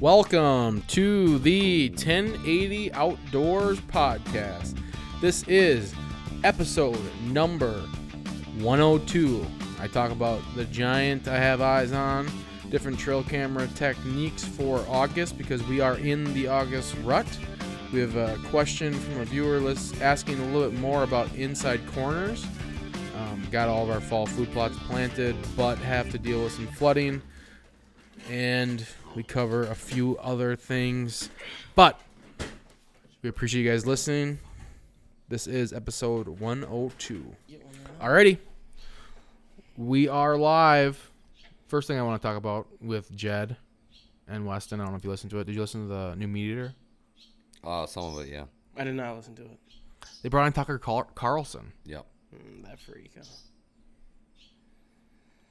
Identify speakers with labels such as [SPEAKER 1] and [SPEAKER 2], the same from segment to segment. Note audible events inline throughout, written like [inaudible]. [SPEAKER 1] Welcome to the 1080 Outdoors Podcast. This is episode number 102. I talk about the giant I have eyes on, different trail camera techniques for August because we are in the August rut. We have a question from a viewer list asking a little bit more about inside corners. Um, got all of our fall food plots planted, but have to deal with some flooding and we cover a few other things. But we appreciate you guys listening. This is episode 102. Alrighty. We are live. First thing I want to talk about with Jed and Weston. I don't know if you listened to it. Did you listen to the new meat eater?
[SPEAKER 2] Uh, some of it, yeah.
[SPEAKER 3] I did not listen to it.
[SPEAKER 4] They brought in Tucker Carl- Carlson.
[SPEAKER 2] Yep.
[SPEAKER 3] Mm, that freak. Huh?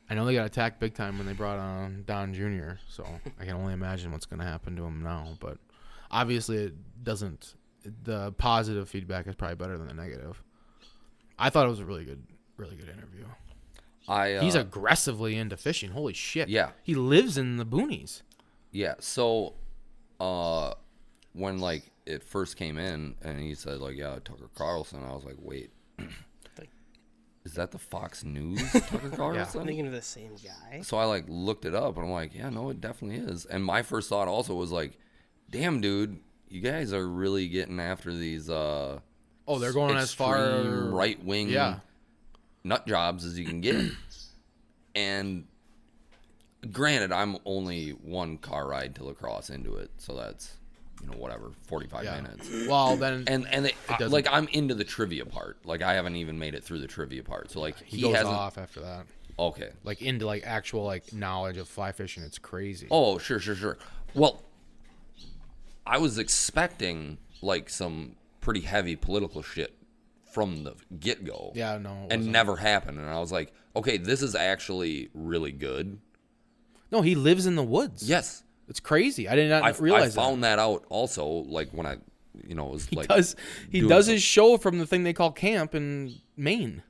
[SPEAKER 4] I know they got attacked big time when they brought on Don Jr., so I can only imagine what's going to happen to him now. But obviously, it doesn't. The positive feedback is probably better than the negative. I thought it was a really good, really good interview.
[SPEAKER 2] I uh,
[SPEAKER 4] He's aggressively into fishing. Holy shit!
[SPEAKER 2] Yeah.
[SPEAKER 4] he lives in the boonies.
[SPEAKER 2] yeah. So, uh, when like it first came in, and he said like, "Yeah, Tucker Carlson," I was like, "Wait, [clears throat] is that the Fox News Tucker
[SPEAKER 3] I'm
[SPEAKER 2] Carlson?"
[SPEAKER 3] thinking of the same guy.
[SPEAKER 2] So I like looked it up, and I'm like, "Yeah, no, it definitely is." And my first thought also was like, "Damn, dude, you guys are really getting after these." uh
[SPEAKER 4] Oh, they're going as far
[SPEAKER 2] right wing
[SPEAKER 4] Yeah.
[SPEAKER 2] nut jobs as you can
[SPEAKER 4] [clears throat]
[SPEAKER 2] get. and granted, I'm only one car ride to lacrosse into it, so that's you know whatever, 45
[SPEAKER 4] Yeah.
[SPEAKER 2] minutes.
[SPEAKER 4] Well, then
[SPEAKER 2] And and they,
[SPEAKER 4] doesn't-
[SPEAKER 2] like I'm into the trivia part. Like I haven't even made it through the trivia part. So like
[SPEAKER 4] he,
[SPEAKER 2] he,
[SPEAKER 4] goes
[SPEAKER 2] hasn't.
[SPEAKER 4] off after that,
[SPEAKER 2] Okay.
[SPEAKER 4] like into like actual like knowledge of fly fishing. It's crazy.
[SPEAKER 2] Oh sure sure sure. Well, I was expecting like some pretty heavy political shit from the get go.
[SPEAKER 4] yeah, no, it
[SPEAKER 2] and
[SPEAKER 4] wasn't.
[SPEAKER 2] never happened. And I was like, okay, this is actually really good.
[SPEAKER 4] no, he lives in the woods.
[SPEAKER 2] Yes,
[SPEAKER 4] it's crazy. I did not
[SPEAKER 2] I, I
[SPEAKER 4] realize that.
[SPEAKER 2] found that. out also. Like when I, you know, was
[SPEAKER 4] He [laughs]
[SPEAKER 2] like
[SPEAKER 4] does he
[SPEAKER 2] doing
[SPEAKER 4] does
[SPEAKER 2] some-
[SPEAKER 4] his show from the thing they call camp in Maine.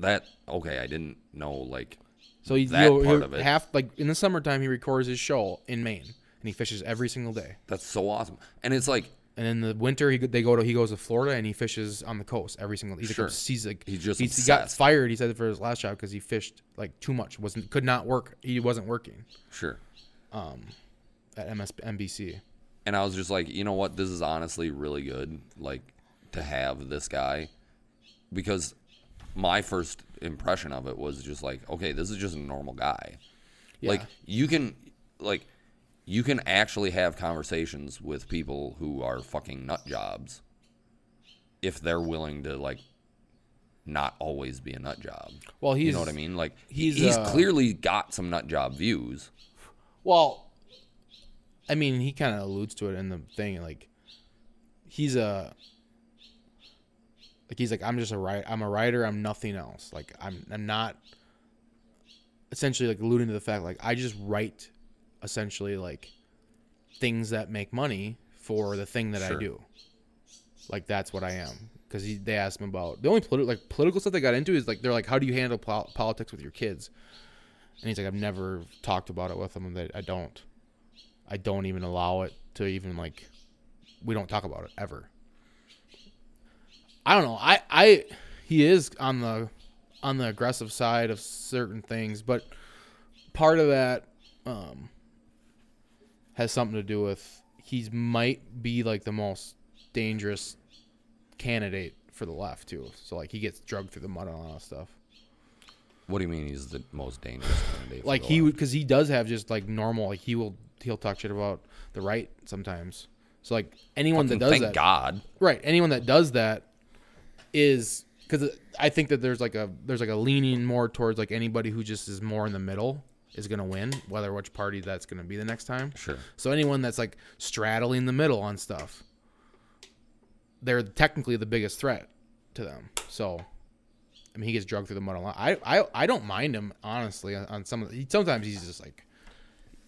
[SPEAKER 2] that. Okay, I didn't know. Like
[SPEAKER 4] So he,
[SPEAKER 2] That
[SPEAKER 4] he'll-
[SPEAKER 2] part
[SPEAKER 4] he'll
[SPEAKER 2] of it.
[SPEAKER 4] half like in the summertime he records his show in Maine and he fishes every single day.
[SPEAKER 2] that's so awesome. And it's like
[SPEAKER 4] And in the winter he go- they go to he goes to Florida and he fishes on the coast every single he's
[SPEAKER 2] Sure.
[SPEAKER 4] like obs- he's like
[SPEAKER 2] He's just
[SPEAKER 4] he got
[SPEAKER 2] obsessed.
[SPEAKER 4] fired he said for his last job because he fished like too much wasn't could not work he wasn't working
[SPEAKER 2] sure.
[SPEAKER 4] at MS NBC.
[SPEAKER 2] And I was just like, you know what? This is honestly really good. Like to have this guy, because my first impression of it was just like, okay, this is just a normal guy. Like
[SPEAKER 4] Yeah.
[SPEAKER 2] you can, like you can actually have conversations with people who are fucking nut jobs if they're willing to like not always be a nut job.
[SPEAKER 4] Well, he's
[SPEAKER 2] you know what I mean? Like
[SPEAKER 4] he's,
[SPEAKER 2] he's he's
[SPEAKER 4] uh,
[SPEAKER 2] clearly got some nut job views.
[SPEAKER 4] Well, I mean, he kind of alludes to it in the thing. Like, he's a like he's like I'm just a writer. I'm a writer. I'm nothing else. Like I'm I'm not essentially like alluding to the fact like I just write essentially like things that make money for the thing that I
[SPEAKER 2] Sure.
[SPEAKER 4] do. Like that's what I am. Because they asked him about the only politi- like political stuff they got into is like they're like how do you handle pol- politics with your kids, and he's like I've never talked about it with them. That I don't, I don't even allow it to even like, we don't talk about it ever. I don't know. I I he is on the on the aggressive side of certain things, but part of that um has something to do with he's might be like the most dangerous candidate for the left too. So like he gets drugged through the mud and all that stuff.
[SPEAKER 2] What do you mean he's the most dangerous candidate? for
[SPEAKER 4] Like
[SPEAKER 2] the
[SPEAKER 4] he
[SPEAKER 2] left?
[SPEAKER 4] would because he does have just like normal like he will he'll talk shit about the right sometimes. So like anyone
[SPEAKER 2] And
[SPEAKER 4] that does
[SPEAKER 2] thank
[SPEAKER 4] that
[SPEAKER 2] God.
[SPEAKER 4] right anyone that does that is because i think that there's like a there's like a leaning more towards like anybody who just is more in the middle is gonna win whether which party that's gonna be the next time
[SPEAKER 2] Sure.
[SPEAKER 4] so anyone that's like straddling the middle on stuff they're technically the biggest threat to them. So, I mean, he gets drugged through the mud a lot. I I, I don't mind him honestly on, on some of. The, sometimes he's just like,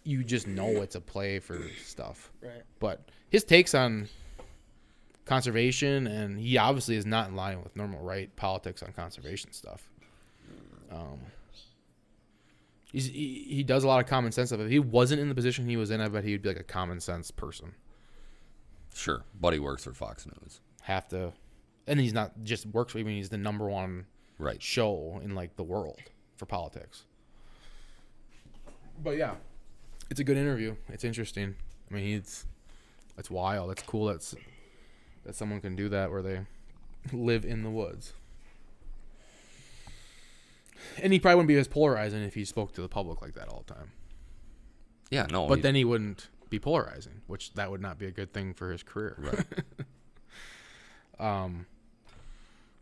[SPEAKER 4] you just know it's a play for stuff.
[SPEAKER 3] Right.
[SPEAKER 4] But his takes on conservation, and he obviously is not in line with normal right politics on conservation stuff. Um, he's, he, he does a lot of common sense stuff. If he wasn't in the position he was in, I bet he'd be like a common sense person.
[SPEAKER 2] Sure, buddy works for Fox News.
[SPEAKER 4] Have to, and he's not just works. I mean, he's the number one
[SPEAKER 2] Right.
[SPEAKER 4] show in like the world for politics. But yeah, it's a good interview. It's interesting. I mean, it's it's wild. It's cool that's that someone can do that where they live in the woods. And he probably wouldn't be as polarizing if he spoke to the public like that all the time.
[SPEAKER 2] Yeah. No.
[SPEAKER 4] But
[SPEAKER 2] he-
[SPEAKER 4] then he wouldn't be polarizing, which that would not be a good thing for his career.
[SPEAKER 2] Right.
[SPEAKER 4] [laughs] um,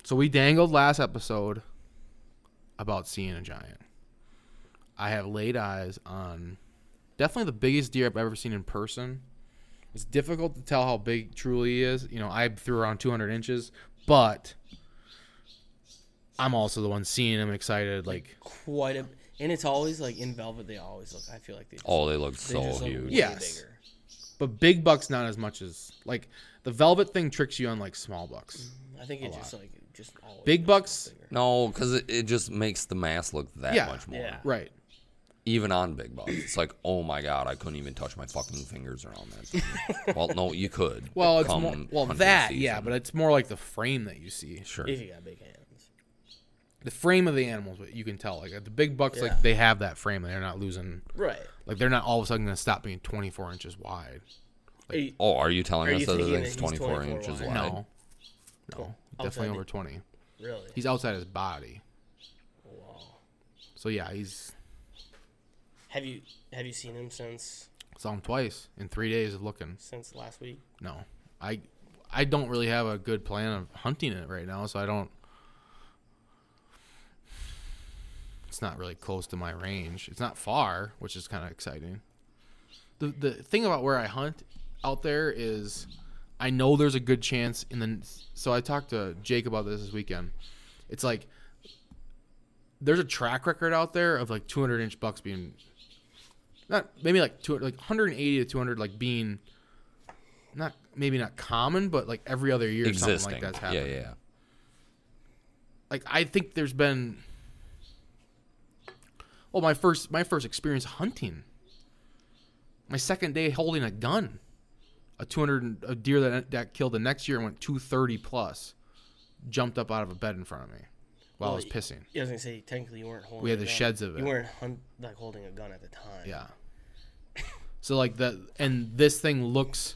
[SPEAKER 4] so we dangled last episode about seeing a giant. I have laid eyes on definitely the biggest deer I've ever seen in person. It's difficult to tell how big truly he is. You know, I threw around 200 inches, but I'm also the one seeing him excited. Like,
[SPEAKER 3] Quite a, and it's always like in velvet. They always look. I feel like they. Just,
[SPEAKER 2] oh, they look
[SPEAKER 3] they
[SPEAKER 2] so
[SPEAKER 3] just look
[SPEAKER 2] huge.
[SPEAKER 3] way
[SPEAKER 4] Yes.
[SPEAKER 3] Bigger.
[SPEAKER 4] but big bucks not as much as like the velvet thing tricks you on like small bucks.
[SPEAKER 3] I think it's just like just always
[SPEAKER 4] Big bucks-
[SPEAKER 3] looks bigger.
[SPEAKER 2] No, because it, it just makes the mass look that
[SPEAKER 4] Yeah.
[SPEAKER 2] much more.
[SPEAKER 3] Yeah.
[SPEAKER 4] Right.
[SPEAKER 2] Even on big bucks, it's like, oh my god, I couldn't even touch my fucking fingers around that. thing. well, no, you could.
[SPEAKER 4] Well, it's
[SPEAKER 2] come
[SPEAKER 4] more well
[SPEAKER 2] hunting
[SPEAKER 4] that yeah,
[SPEAKER 2] season.
[SPEAKER 4] but it's more like the frame that you see.
[SPEAKER 2] sure.
[SPEAKER 3] If you got big hands.
[SPEAKER 4] The frame of the animals, but you can tell like the big bucks,
[SPEAKER 3] Yeah.
[SPEAKER 4] like they have that frame and they're not losing.
[SPEAKER 3] Right.
[SPEAKER 4] Like they're not all of a sudden gonna stop being 24 inches wide.
[SPEAKER 3] Are you-
[SPEAKER 2] Oh, are you telling
[SPEAKER 3] Are
[SPEAKER 2] us
[SPEAKER 3] you
[SPEAKER 2] that the
[SPEAKER 3] thinking
[SPEAKER 2] thing's
[SPEAKER 3] that he's
[SPEAKER 2] 24,
[SPEAKER 3] 24
[SPEAKER 2] inches
[SPEAKER 3] wide?
[SPEAKER 2] wide?
[SPEAKER 4] No, no, definitely
[SPEAKER 3] Outside
[SPEAKER 4] over
[SPEAKER 3] it.
[SPEAKER 4] 20.
[SPEAKER 3] really?
[SPEAKER 4] He's outside his body. So yeah, he's
[SPEAKER 3] Have you have you seen him since
[SPEAKER 4] saw him twice in three days of looking.
[SPEAKER 3] since last week?
[SPEAKER 4] No, I I don't really have a good plan of hunting it right now, so I don't. It's not really close to my range. It's not far, which is kind of exciting. The the thing about where I hunt out there is, I know there's a good chance in the. So I talked to Jake about this this weekend. It's like there's a track record out there of like 200 inch bucks being not maybe like two like 180 to 200 like being not maybe not common but like every other year something
[SPEAKER 2] Existing.
[SPEAKER 4] like that's
[SPEAKER 2] yeah,
[SPEAKER 4] happening
[SPEAKER 2] yeah. yeah.
[SPEAKER 4] like I think there's been well my first my first experience hunting my second day holding a gun a 200 and- a deer that that killed the next year and went 230 plus jumped up out of a bed in front of me while I was
[SPEAKER 3] Well,
[SPEAKER 4] pissing
[SPEAKER 3] I was gonna say technically you weren't holding.
[SPEAKER 4] had
[SPEAKER 3] a
[SPEAKER 4] the
[SPEAKER 3] gun.
[SPEAKER 4] sheds of it.
[SPEAKER 3] You weren't hunt, like holding a gun at the time.
[SPEAKER 4] Yeah. So like that, and this thing looks,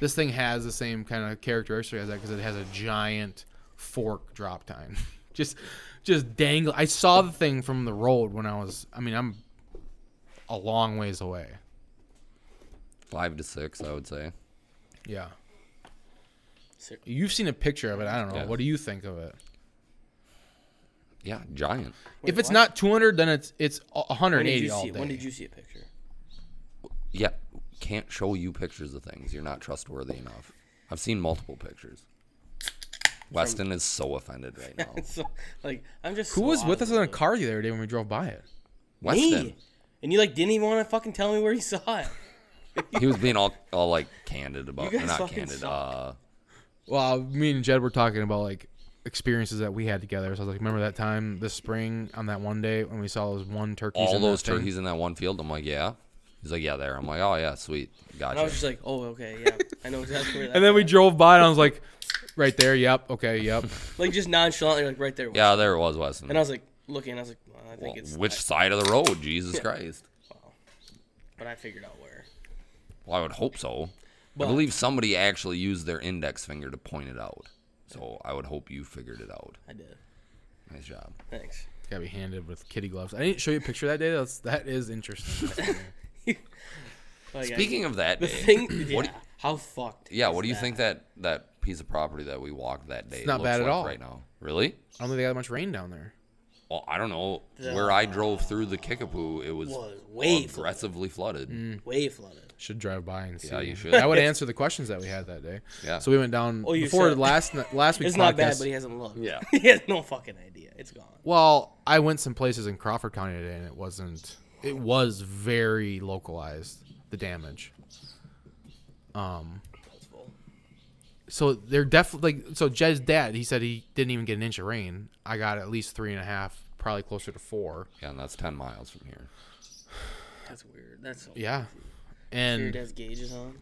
[SPEAKER 4] this thing has the same kind of characteristic as that because it has a giant fork drop time, [laughs] just, just dangle. I saw the thing from the road when I was. I mean, I'm a long ways away.
[SPEAKER 2] Five to six, I would say.
[SPEAKER 4] Yeah.
[SPEAKER 3] So-
[SPEAKER 4] You've seen a picture of it. I don't know.
[SPEAKER 2] Yeah.
[SPEAKER 4] What do you think of it?
[SPEAKER 2] Yeah, giant.
[SPEAKER 4] if it's not 200, then it's it's
[SPEAKER 3] When did
[SPEAKER 4] 180
[SPEAKER 3] you
[SPEAKER 4] all
[SPEAKER 3] see?
[SPEAKER 4] day.
[SPEAKER 3] When did you see a picture? [laughs]
[SPEAKER 2] Yeah, can't show you pictures of things. You're not trustworthy enough. I've seen multiple pictures. Weston is so offended right now.
[SPEAKER 3] So, like I'm just.
[SPEAKER 4] Who
[SPEAKER 3] so
[SPEAKER 4] was
[SPEAKER 3] out
[SPEAKER 4] with
[SPEAKER 3] of
[SPEAKER 4] us
[SPEAKER 3] the
[SPEAKER 4] in a
[SPEAKER 3] loop.
[SPEAKER 4] car the other day when we drove by it?
[SPEAKER 2] Weston,
[SPEAKER 3] Me. And you like didn't even want to fucking tell me where you saw it.
[SPEAKER 2] he was being all, all like candid about,
[SPEAKER 3] You guys
[SPEAKER 2] not
[SPEAKER 3] fucking
[SPEAKER 2] candid.
[SPEAKER 3] suck.
[SPEAKER 2] Uh,
[SPEAKER 4] Well, me and Jed were talking about like experiences that we had together. So I was like, remember that time this spring on that one day when we saw those one turkeys?
[SPEAKER 2] all
[SPEAKER 4] in that
[SPEAKER 2] those
[SPEAKER 4] thing?
[SPEAKER 2] turkeys in that one field. I'm like, yeah. He's like, yeah, there. I'm like, oh yeah, sweet,
[SPEAKER 3] And I was
[SPEAKER 2] gotcha.
[SPEAKER 3] just like, oh okay, yeah, I know
[SPEAKER 4] [laughs]
[SPEAKER 3] exactly where that.
[SPEAKER 4] And then we
[SPEAKER 3] is.
[SPEAKER 4] drove by, and I was like, right there. Yep. Okay.
[SPEAKER 2] [laughs]
[SPEAKER 4] Yep.
[SPEAKER 3] like just nonchalantly like right there. it was.
[SPEAKER 2] Yeah, there it was, Weston.
[SPEAKER 3] And I was like looking, I was like, well, I think
[SPEAKER 2] Well,
[SPEAKER 3] it's
[SPEAKER 2] which side of the road? Jesus Christ.
[SPEAKER 3] but I figured out where.
[SPEAKER 2] Well, I would hope so.
[SPEAKER 3] But
[SPEAKER 2] I believe somebody actually used their index finger to point it out. So I would hope you figured it out.
[SPEAKER 3] I did.
[SPEAKER 2] Nice job.
[SPEAKER 3] Thanks.
[SPEAKER 4] Gotta be handed with kitty gloves. I didn't show you a picture that day. That's that is
[SPEAKER 2] [laughs]
[SPEAKER 4] interesting.
[SPEAKER 3] Like, I-
[SPEAKER 2] Speaking of that
[SPEAKER 3] the
[SPEAKER 2] day,
[SPEAKER 3] thing, yeah,
[SPEAKER 2] [laughs] what do-
[SPEAKER 3] how fucked.
[SPEAKER 2] yeah,
[SPEAKER 3] is
[SPEAKER 2] what do you
[SPEAKER 3] that?
[SPEAKER 2] think that that piece of property that we walked that day?
[SPEAKER 4] not
[SPEAKER 2] looks
[SPEAKER 4] bad at
[SPEAKER 2] like
[SPEAKER 4] all.
[SPEAKER 2] right now. Really?
[SPEAKER 4] I don't think they got much rain down there.
[SPEAKER 2] Well, I don't know. Where I drove through the Kickapoo, it was
[SPEAKER 3] Was way flooded.
[SPEAKER 4] Mm.
[SPEAKER 2] aggressively flooded.
[SPEAKER 3] Way flooded.
[SPEAKER 4] Should drive by and see.
[SPEAKER 2] Yeah, you should.
[SPEAKER 4] That would answer the questions that we had that day.
[SPEAKER 2] Yeah.
[SPEAKER 4] So we went down
[SPEAKER 3] Oh, you
[SPEAKER 4] before
[SPEAKER 3] said-
[SPEAKER 4] last ni- last week's
[SPEAKER 3] It's not bad,
[SPEAKER 4] podcast.
[SPEAKER 3] but he hasn't looked.
[SPEAKER 2] Yeah.
[SPEAKER 3] [laughs] he has no fucking idea. It's gone.
[SPEAKER 4] Well, I went some places in Crawford County today, and it wasn't. It was very localized. The damage. Um.
[SPEAKER 3] It's full.
[SPEAKER 4] So they're definitely like. So Jed's dad, he said he didn't even get an inch of rain. I got at least three and a half, probably closer to four.
[SPEAKER 2] Yeah, and that's ten miles from here.
[SPEAKER 3] That's weird. That's so
[SPEAKER 4] Yeah.
[SPEAKER 3] Your
[SPEAKER 4] And
[SPEAKER 3] dad's gauges on.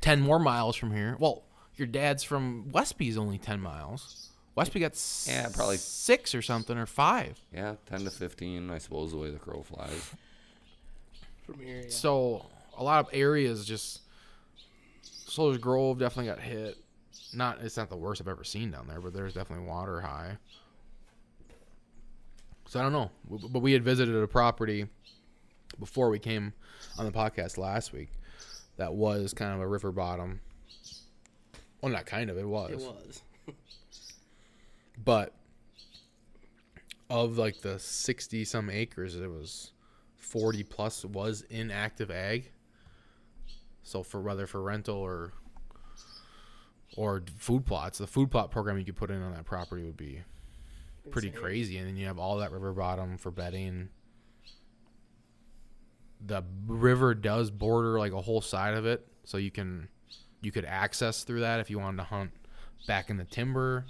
[SPEAKER 4] ten more miles from here. Well, your dad's from Westby's only ten miles. Westby got s-
[SPEAKER 2] Yeah, probably-
[SPEAKER 4] six or something or five.
[SPEAKER 2] Yeah, ten to fifteen, I suppose, the way the crow flies.
[SPEAKER 3] From here, yeah.
[SPEAKER 4] So a lot of areas just Soldier's Grove definitely got hit. Not it's not the worst I've ever seen down there, but there's definitely water high. So I don't know, W- but we had visited a property before we came on the podcast last week that was kind of a river bottom. Well, not kind of, it was.
[SPEAKER 3] it was.
[SPEAKER 4] But of like the 60 some acres, it was 40 plus was in active ag. So for whether for rental or or food plots, the food plot program you could put in on that property would be pretty crazy. And then you have all that river bottom for bedding. The river does border like a whole side of it, so you can you could access through that if you wanted to hunt back in the timber.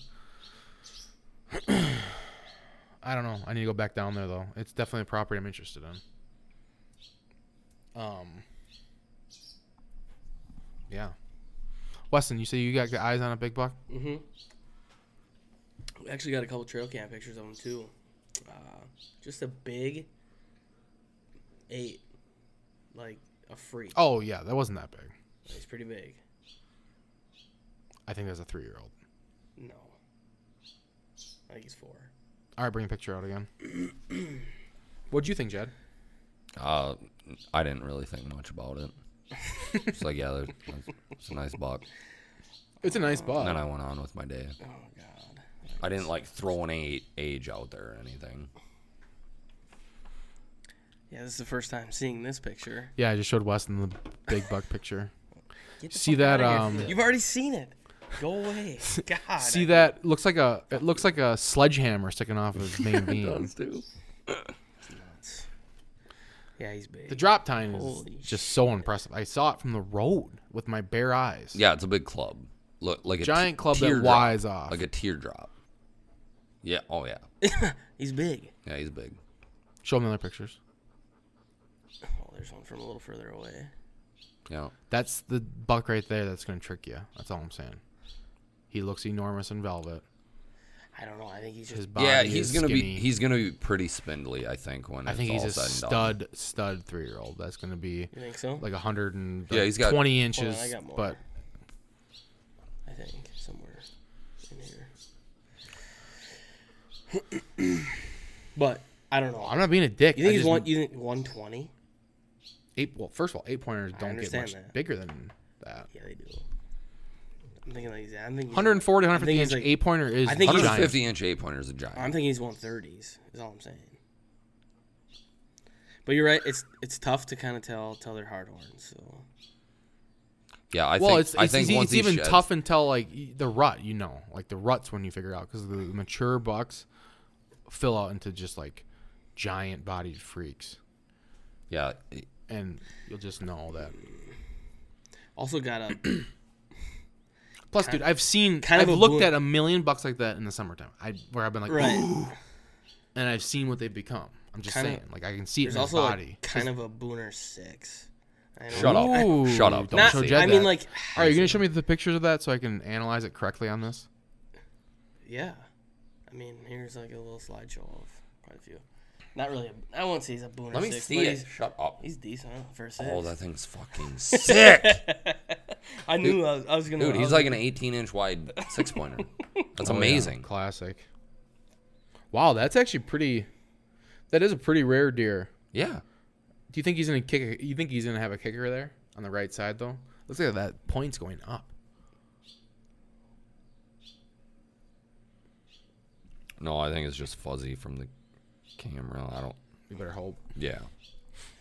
[SPEAKER 4] I don't know. I need to go back down there though. It's definitely a property I'm interested in. Um. Yeah. Weston, you say you got the eyes on a big buck?
[SPEAKER 3] Mm-hmm. We actually got a couple trail cam pictures of him too. Uh, just a big eight, like a freak.
[SPEAKER 4] Oh yeah, that wasn't that big.
[SPEAKER 3] He's pretty big.
[SPEAKER 4] I think that's a three year old.
[SPEAKER 3] No, I think he's four.
[SPEAKER 4] All right, bring the picture out [clears throat] again. What'd you think, Jed?
[SPEAKER 2] Uh, I didn't really think much about it. It's like, yeah, there's- that's- it's a nice buck.
[SPEAKER 4] It's a nice
[SPEAKER 2] And then
[SPEAKER 4] buck.
[SPEAKER 2] I went on with my day.
[SPEAKER 3] Oh God.
[SPEAKER 2] I didn't like throw an eight age out there or anything.
[SPEAKER 3] Yeah, this is the first time seeing this picture.
[SPEAKER 4] Yeah, I just showed Weston the big buck [laughs] picture.
[SPEAKER 3] Get the
[SPEAKER 4] See
[SPEAKER 3] fuck
[SPEAKER 4] that,
[SPEAKER 3] outta
[SPEAKER 4] um,
[SPEAKER 3] here. You've already seen it. Go away.
[SPEAKER 4] [laughs]
[SPEAKER 3] God.
[SPEAKER 4] See Ah, that? Looks like a it looks like a sledgehammer sticking off of his [laughs] main beam.
[SPEAKER 3] Yeah, he's big.
[SPEAKER 4] The drop time is
[SPEAKER 3] Holy
[SPEAKER 4] just so impressive. I saw it from the road with my bare eyes.
[SPEAKER 2] Yeah, it's a big club. Look like a
[SPEAKER 4] Giant club that
[SPEAKER 2] teardrop.
[SPEAKER 4] wise off.
[SPEAKER 2] like a teardrop. Yeah. Oh yeah.
[SPEAKER 3] [laughs] he's big.
[SPEAKER 2] Yeah, he's big.
[SPEAKER 4] Show them the other pictures.
[SPEAKER 3] Oh, there's one from a little further away.
[SPEAKER 2] Yeah.
[SPEAKER 4] That's the buck right there that's going to trick you. That's all I'm saying. He looks enormous in velvet.
[SPEAKER 3] I don't know. I think he's just
[SPEAKER 4] His body
[SPEAKER 2] yeah, he's
[SPEAKER 4] is
[SPEAKER 2] gonna
[SPEAKER 4] skinny.
[SPEAKER 2] be he's gonna be pretty spindly, I think. When
[SPEAKER 4] I
[SPEAKER 2] it's
[SPEAKER 4] think
[SPEAKER 2] all
[SPEAKER 4] he's a
[SPEAKER 2] said and done.
[SPEAKER 4] stud stud three year old. That's going to be
[SPEAKER 3] You think so?
[SPEAKER 4] like 100 and
[SPEAKER 2] Yeah, he's got-
[SPEAKER 4] 20
[SPEAKER 3] Hold on,
[SPEAKER 4] inches.
[SPEAKER 3] I got more.
[SPEAKER 4] But
[SPEAKER 3] I think somewhere in here. [clears throat] but I don't know.
[SPEAKER 4] I'm not being a dick.
[SPEAKER 3] you think
[SPEAKER 4] I
[SPEAKER 3] he's
[SPEAKER 4] just-
[SPEAKER 3] one? You think 120?
[SPEAKER 4] eight, well, first of all, eight pointers don't get
[SPEAKER 3] understand
[SPEAKER 4] much
[SPEAKER 3] that.
[SPEAKER 4] bigger than that.
[SPEAKER 3] Yeah, they do. I'm thinking like he's. I'm thinking he's-
[SPEAKER 4] 140,
[SPEAKER 3] I think
[SPEAKER 4] 150
[SPEAKER 3] he's
[SPEAKER 4] inch
[SPEAKER 3] like-
[SPEAKER 4] eight pointer is
[SPEAKER 3] I think he's-
[SPEAKER 4] giant.
[SPEAKER 2] 150 inch eight pointer is a giant.
[SPEAKER 3] I'm thinking he's 130s. Is all I'm saying. But you're right. It's it's tough to kind of tell tell their hard horns. So
[SPEAKER 2] yeah, I
[SPEAKER 4] well,
[SPEAKER 2] think
[SPEAKER 4] it's,
[SPEAKER 2] I
[SPEAKER 4] it's,
[SPEAKER 2] think
[SPEAKER 4] it's,
[SPEAKER 2] once he
[SPEAKER 4] even
[SPEAKER 2] sheds-
[SPEAKER 4] tough until like y- the rut, you know, like the ruts when you figure out because the mature bucks fill out into just like giant bodied freaks,
[SPEAKER 2] Yeah, it-
[SPEAKER 4] and you'll just know that.
[SPEAKER 3] also got a
[SPEAKER 4] Plus, dude, I've seen,
[SPEAKER 3] kind of
[SPEAKER 4] I've
[SPEAKER 3] a
[SPEAKER 4] looked
[SPEAKER 3] boon-
[SPEAKER 4] at a million bucks like that in the summertime, I where I've been like,
[SPEAKER 3] right.
[SPEAKER 4] and I've seen what they've become. I'm just
[SPEAKER 3] Kinda-
[SPEAKER 4] saying, like I can see it
[SPEAKER 3] There's
[SPEAKER 4] in his
[SPEAKER 3] also like,
[SPEAKER 4] body.
[SPEAKER 3] kind of a Booner six. I don't
[SPEAKER 2] Shut
[SPEAKER 3] know.
[SPEAKER 2] up.
[SPEAKER 4] Ooh,
[SPEAKER 2] Shut up.
[SPEAKER 4] don't
[SPEAKER 3] Not,
[SPEAKER 4] show Jed
[SPEAKER 3] I mean,
[SPEAKER 4] that.
[SPEAKER 3] like,
[SPEAKER 4] Are you gonna show me the pictures of that so I can analyze it correctly on this?
[SPEAKER 3] Yeah. I mean, here's like a little slideshow of quite a few. Not really. A, I won't say he's a booner.
[SPEAKER 2] let me
[SPEAKER 3] six,
[SPEAKER 2] see
[SPEAKER 3] but
[SPEAKER 2] it.
[SPEAKER 3] He's,
[SPEAKER 2] Shut up.
[SPEAKER 3] he's decent for a six.
[SPEAKER 2] Oh, that thing's
[SPEAKER 4] [laughs]
[SPEAKER 2] fucking sick,
[SPEAKER 3] [laughs] I knew I, was, I was gonna.
[SPEAKER 2] dude.
[SPEAKER 3] I
[SPEAKER 2] He's
[SPEAKER 3] was
[SPEAKER 2] like an
[SPEAKER 4] Um,
[SPEAKER 2] 18 inch wide six pointer.
[SPEAKER 4] [laughs]
[SPEAKER 2] That's amazing.
[SPEAKER 4] Oh, Classic. Wow, that's actually pretty. That is a pretty rare deer.
[SPEAKER 2] Yeah.
[SPEAKER 4] Do you think he's gonna kick? You think he's gonna have a kicker there on the right side though? Looks like that point's going up.
[SPEAKER 2] No, I think it's just fuzzy from the camera. I don't.
[SPEAKER 4] We better hope.
[SPEAKER 2] Yeah.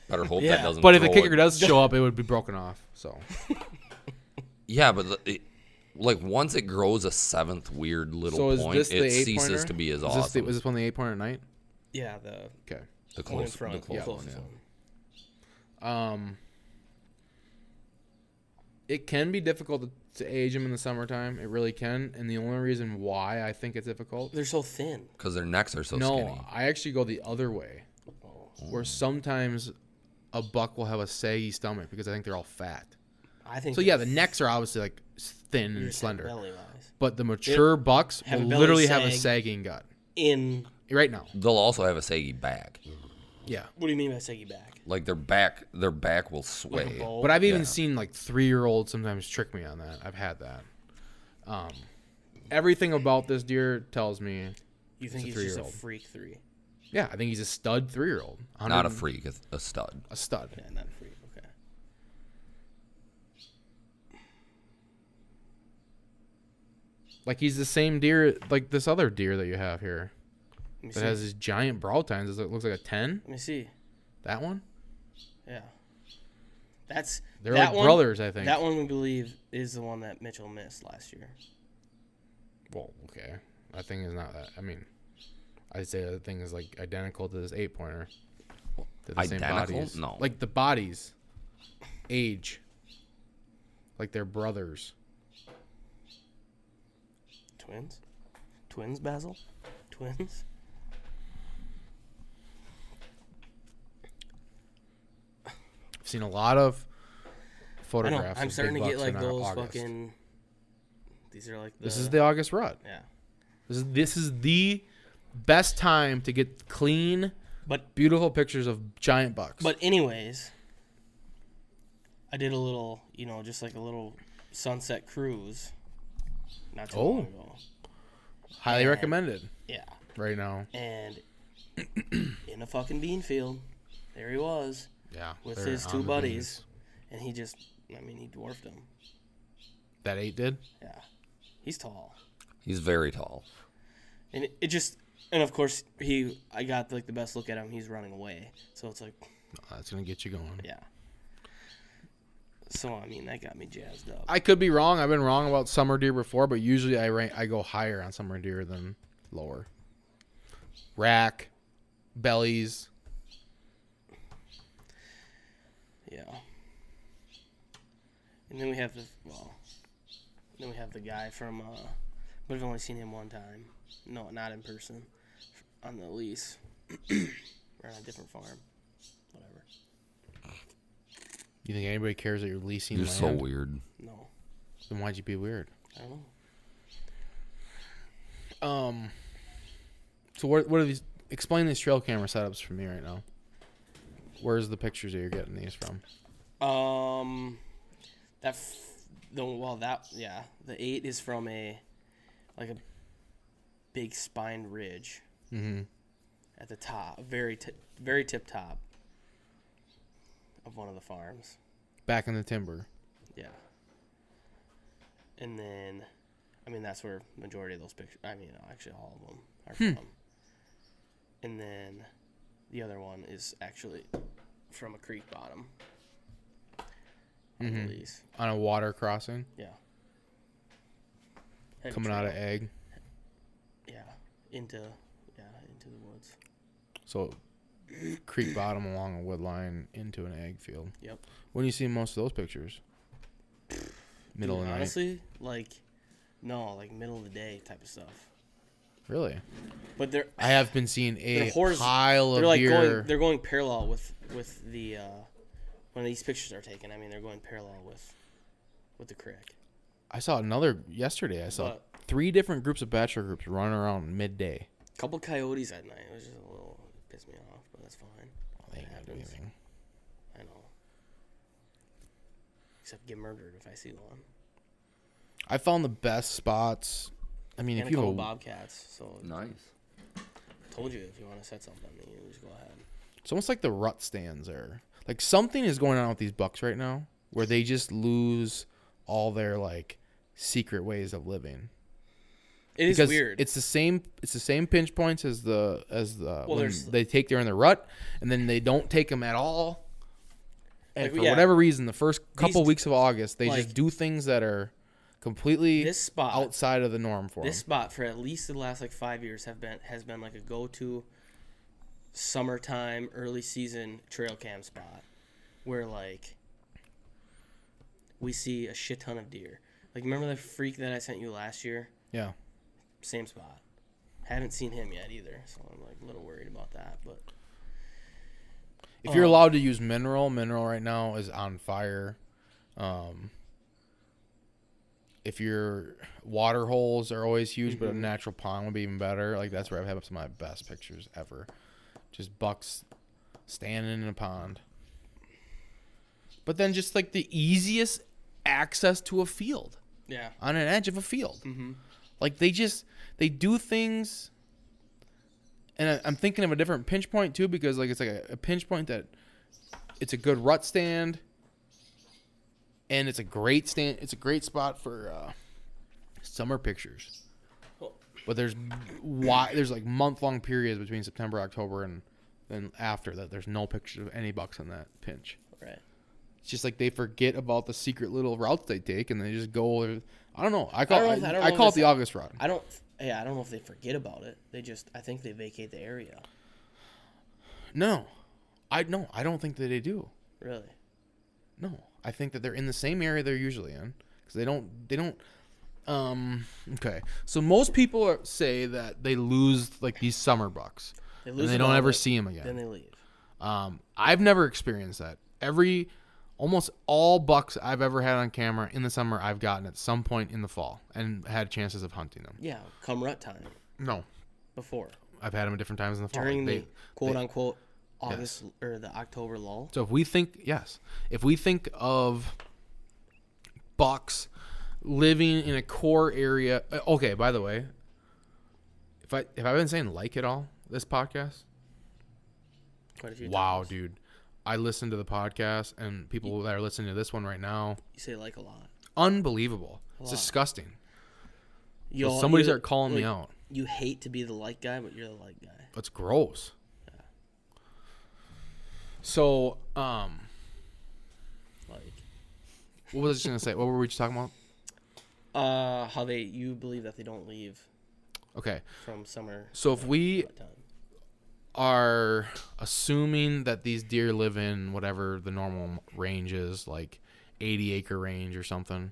[SPEAKER 2] Better hope
[SPEAKER 3] Yeah.
[SPEAKER 2] that doesn't.
[SPEAKER 4] But if the
[SPEAKER 2] throw
[SPEAKER 4] kicker
[SPEAKER 2] it.
[SPEAKER 4] does
[SPEAKER 2] [laughs]
[SPEAKER 4] show up, it would be broken off. So
[SPEAKER 2] yeah, but the, it, like once it grows a seventh weird little
[SPEAKER 4] so is
[SPEAKER 2] point,
[SPEAKER 4] this the
[SPEAKER 2] it
[SPEAKER 4] eight
[SPEAKER 2] ceases
[SPEAKER 4] pointer?
[SPEAKER 2] to be as
[SPEAKER 4] is
[SPEAKER 2] awesome.
[SPEAKER 4] This the, was this one the eight pointer night?
[SPEAKER 3] Yeah, the
[SPEAKER 4] Okay.
[SPEAKER 2] the
[SPEAKER 3] one in
[SPEAKER 2] close,
[SPEAKER 3] front,
[SPEAKER 2] the close
[SPEAKER 3] yeah,
[SPEAKER 2] one,
[SPEAKER 3] closest
[SPEAKER 2] yeah.
[SPEAKER 3] one.
[SPEAKER 4] Um, it can be difficult to, to age them in the summertime. It really can, and the only reason why I think it's difficult.
[SPEAKER 3] They're so thin.
[SPEAKER 2] Because their necks are so
[SPEAKER 4] no,
[SPEAKER 2] skinny.
[SPEAKER 4] I actually go the other way, where sometimes a buck will have a saggy stomach because I think they're all fat.
[SPEAKER 3] I think.
[SPEAKER 4] So yeah, the
[SPEAKER 3] they're
[SPEAKER 4] necks are obviously like s- thin
[SPEAKER 3] thin
[SPEAKER 4] and slender,
[SPEAKER 3] Belly wise.
[SPEAKER 4] but the mature bucks
[SPEAKER 3] have
[SPEAKER 4] will
[SPEAKER 3] a belly
[SPEAKER 4] literally have a
[SPEAKER 3] sag.
[SPEAKER 4] sagging gut
[SPEAKER 3] In
[SPEAKER 4] right now.
[SPEAKER 2] They'll also have a saggy back.
[SPEAKER 4] Yeah,
[SPEAKER 3] what do you mean by saggy back?
[SPEAKER 2] Like their back, their back will
[SPEAKER 3] Like
[SPEAKER 2] sway.
[SPEAKER 3] a bowl.
[SPEAKER 4] but I've even
[SPEAKER 2] Yeah.
[SPEAKER 4] seen like three year olds sometimes trick me on that. I've had that. Um, everything about this deer tells me
[SPEAKER 3] you
[SPEAKER 4] it's
[SPEAKER 3] think he's
[SPEAKER 4] a
[SPEAKER 3] just a
[SPEAKER 4] three-year-old.
[SPEAKER 3] freak three?
[SPEAKER 4] Yeah, I think he's a stud three year old.
[SPEAKER 2] Not a freak, a, a stud.
[SPEAKER 4] A stud.
[SPEAKER 3] Yeah, not a freak. Okay.
[SPEAKER 4] Like he's the same deer, like this other deer that you have here
[SPEAKER 3] Let me
[SPEAKER 4] that
[SPEAKER 3] see.
[SPEAKER 4] has these giant brow tines. It looks like a ten.
[SPEAKER 3] Let me see.
[SPEAKER 4] That one.
[SPEAKER 3] Yeah. That's
[SPEAKER 4] They're
[SPEAKER 3] that
[SPEAKER 4] like
[SPEAKER 3] one,
[SPEAKER 4] brothers, I think.
[SPEAKER 3] That one we believe is the one that Mitchell missed last year.
[SPEAKER 4] Well, okay. That thing is not that. I mean, I'd say that thing is like identical to this eight pointer. They're the
[SPEAKER 2] Identical? No.
[SPEAKER 4] Like the bodies, age. Like they're brothers.
[SPEAKER 3] Twins? Twins, Basil? Twins?
[SPEAKER 4] I've seen a lot of
[SPEAKER 3] I know.
[SPEAKER 4] photographs.
[SPEAKER 3] I'm
[SPEAKER 4] of
[SPEAKER 3] starting
[SPEAKER 4] big
[SPEAKER 3] to get
[SPEAKER 4] bucks in
[SPEAKER 3] like
[SPEAKER 4] our
[SPEAKER 3] those
[SPEAKER 4] August.
[SPEAKER 3] fucking. uh, These are like the.
[SPEAKER 4] This is the August rut.
[SPEAKER 3] Yeah.
[SPEAKER 4] This is this is the best time to get clean,
[SPEAKER 3] But
[SPEAKER 4] beautiful pictures of giant bucks.
[SPEAKER 3] But anyways, I did a little, you know, just like a little sunset cruise. Not too long
[SPEAKER 4] Oh.
[SPEAKER 3] ago.
[SPEAKER 4] highly recommended
[SPEAKER 3] Yeah,
[SPEAKER 4] right now.
[SPEAKER 3] and in a fucking bean field, there he was
[SPEAKER 4] Yeah,
[SPEAKER 3] with
[SPEAKER 4] they're
[SPEAKER 3] his
[SPEAKER 4] on
[SPEAKER 3] two
[SPEAKER 4] the
[SPEAKER 3] buddies,
[SPEAKER 4] beans.
[SPEAKER 3] and he just, I mean, he dwarfed him.
[SPEAKER 4] That eight did.
[SPEAKER 3] Yeah, he's tall,
[SPEAKER 2] He's very tall.
[SPEAKER 3] and it, it just, and of course he, I got like the best look at him. He's running away, so it's like,
[SPEAKER 4] Oh, That's gonna get you going.
[SPEAKER 3] yeah. So I mean, that got me jazzed up.
[SPEAKER 4] I could be wrong. I've been wrong about summer deer before, but usually I rank I go higher on summer deer than lower. Rack, bellies.
[SPEAKER 3] Yeah. And then we have the well, then we have the guy from. uh But I've only seen him one time. No, not in person. On the lease, [clears throat] or on a different farm, whatever.
[SPEAKER 4] You think anybody cares that you're leasing
[SPEAKER 2] You're
[SPEAKER 4] land?
[SPEAKER 2] so weird.
[SPEAKER 3] No,
[SPEAKER 4] Then why'd you be weird?
[SPEAKER 3] I don't know.
[SPEAKER 4] Um. So what? What are these? Explain these trail camera setups for me right now. Where's the pictures that you're getting these from?
[SPEAKER 3] Um, that f- the well that yeah the eight is from a like a big spined ridge at the top, very t- very tip top of one of the farms.
[SPEAKER 4] Back in the timber.
[SPEAKER 3] Yeah. And then, I mean, that's where majority of those pictures. I mean, actually, all of them are
[SPEAKER 4] Hmm.
[SPEAKER 3] from. And then, the other one is actually from a creek bottom.
[SPEAKER 4] Mm-hmm.
[SPEAKER 3] On the lease.
[SPEAKER 4] on a water crossing
[SPEAKER 3] Yeah. Head
[SPEAKER 4] coming out of
[SPEAKER 3] trail.
[SPEAKER 4] egg
[SPEAKER 3] Yeah. Into. Yeah, into the woods.
[SPEAKER 4] so creek bottom along a wood line into an egg field
[SPEAKER 3] Yep.
[SPEAKER 4] when do you see most of those pictures middle of the night
[SPEAKER 3] Honestly, like, no, like middle of the day type of stuff.
[SPEAKER 4] really
[SPEAKER 3] But there,
[SPEAKER 4] i have been seeing a
[SPEAKER 3] They're horiz-
[SPEAKER 4] pile of
[SPEAKER 3] they're like
[SPEAKER 4] deer
[SPEAKER 3] going they're going parallel with with the uh when these pictures are taken i mean they're going parallel with with the creek
[SPEAKER 4] i saw another yesterday i saw
[SPEAKER 3] What?
[SPEAKER 4] three different groups of bachelor groups running around midday
[SPEAKER 3] a couple coyotes at night it was just a little it pissed me off but that's fine
[SPEAKER 4] they ain't gonna do
[SPEAKER 3] happens.
[SPEAKER 4] anything
[SPEAKER 3] i know except get murdered if i see one
[SPEAKER 4] i found the best spots i mean
[SPEAKER 3] and
[SPEAKER 4] if
[SPEAKER 3] a
[SPEAKER 4] you
[SPEAKER 3] couple
[SPEAKER 4] have a-
[SPEAKER 3] bobcats so
[SPEAKER 2] Nice.
[SPEAKER 3] told you if you want to set something you just go ahead
[SPEAKER 4] It's almost like the rut stands there. Like something is going on with these bucks right now where they just lose all their like secret ways of living.
[SPEAKER 3] it is
[SPEAKER 4] because
[SPEAKER 3] weird
[SPEAKER 4] It's the same it's the same pinch points as the as the when
[SPEAKER 3] there's-
[SPEAKER 4] they take they're in the rut and then they don't take them at all and
[SPEAKER 3] Like,
[SPEAKER 4] for
[SPEAKER 3] yeah.
[SPEAKER 4] whatever reason, the first couple
[SPEAKER 3] These-
[SPEAKER 4] weeks of August, they
[SPEAKER 3] like,
[SPEAKER 4] just do things that are completely
[SPEAKER 3] this spot-
[SPEAKER 4] outside of the norm for
[SPEAKER 3] This
[SPEAKER 4] them.
[SPEAKER 3] spot for at least the last like five years have been has been like a go to summertime, early season trail cam spot where like we see a shit ton of deer. Like remember the freak that I sent you last year?
[SPEAKER 4] Yeah,
[SPEAKER 3] Same spot. Haven't seen him yet either, so I'm like a little worried about that. But
[SPEAKER 4] if you're allowed to use mineral, mineral right now is on fire. Um, if your water holes are always huge, but a natural pond would be even better. Like that's where I've had some of my best pictures ever. Just bucks standing in a pond. But then just like the easiest access to a field.
[SPEAKER 3] yeah,
[SPEAKER 4] on an edge of a field. Like they just they do things, and I, I'm thinking of a different pinch point too because like it's like a, a pinch point that it's a good rut stand, and it's a great stand. It's a great spot for uh, summer pictures. But there's why there's like month long periods between September, October, and then after that there's no pictures of any bucks in that pinch.
[SPEAKER 3] right.
[SPEAKER 4] It's just like they forget about the secret little routes they take, and they just go. over- I don't know. I
[SPEAKER 3] I
[SPEAKER 4] call
[SPEAKER 3] don't
[SPEAKER 4] I,
[SPEAKER 3] know if- I don't
[SPEAKER 4] I
[SPEAKER 3] know
[SPEAKER 4] call it
[SPEAKER 3] if
[SPEAKER 4] the
[SPEAKER 3] it's-
[SPEAKER 4] August route.
[SPEAKER 3] I don't. Yeah, I don't know if they forget about it. They just. I think they vacate the area.
[SPEAKER 4] No, I no. I don't think that they do.
[SPEAKER 3] Really.
[SPEAKER 4] No, I think that they're in the same area they're usually in because they don't. They don't. Um. Okay. So most people are, say that they lose like these summer bucks,
[SPEAKER 3] They
[SPEAKER 4] and they
[SPEAKER 3] them
[SPEAKER 4] don't
[SPEAKER 3] all,
[SPEAKER 4] ever
[SPEAKER 3] but
[SPEAKER 4] see them
[SPEAKER 3] Then
[SPEAKER 4] again.
[SPEAKER 3] they leave.
[SPEAKER 4] Um. I've never experienced that. Every, almost all bucks I've ever had on camera in the summer, I've gotten at some point in the fall and had chances of hunting them.
[SPEAKER 3] Yeah, come rut time
[SPEAKER 4] No,
[SPEAKER 3] before
[SPEAKER 4] I've had them at different times in the fall.
[SPEAKER 3] during
[SPEAKER 4] Oh, Like,
[SPEAKER 3] the
[SPEAKER 4] they-
[SPEAKER 3] quote unquote August or the October lull.
[SPEAKER 4] so if we think yes, if we think of bucks living in a core area. uh, Okay, by the way, if I if I've been saying like it all this podcast,
[SPEAKER 3] Quite a few
[SPEAKER 4] wow,
[SPEAKER 3] times.
[SPEAKER 4] dude, I listen to the podcast and people that are listening to this one right now,
[SPEAKER 3] You say like a lot.
[SPEAKER 4] unbelievable. It's
[SPEAKER 3] Wow.
[SPEAKER 4] disgusting.
[SPEAKER 3] You all-
[SPEAKER 4] Somebody
[SPEAKER 3] you-
[SPEAKER 4] start calling me
[SPEAKER 3] like,
[SPEAKER 4] out.
[SPEAKER 3] You hate to be the like guy, but you're the like guy.
[SPEAKER 4] That's gross. So, um,
[SPEAKER 3] Like,
[SPEAKER 4] what was I just gonna say? What were we just talking about?
[SPEAKER 3] uh, how they you believe that they don't leave
[SPEAKER 4] Okay,
[SPEAKER 3] from summer
[SPEAKER 4] so if we
[SPEAKER 3] rut time.
[SPEAKER 4] are assuming that these deer live in whatever the normal range is, like 80 acre range or something,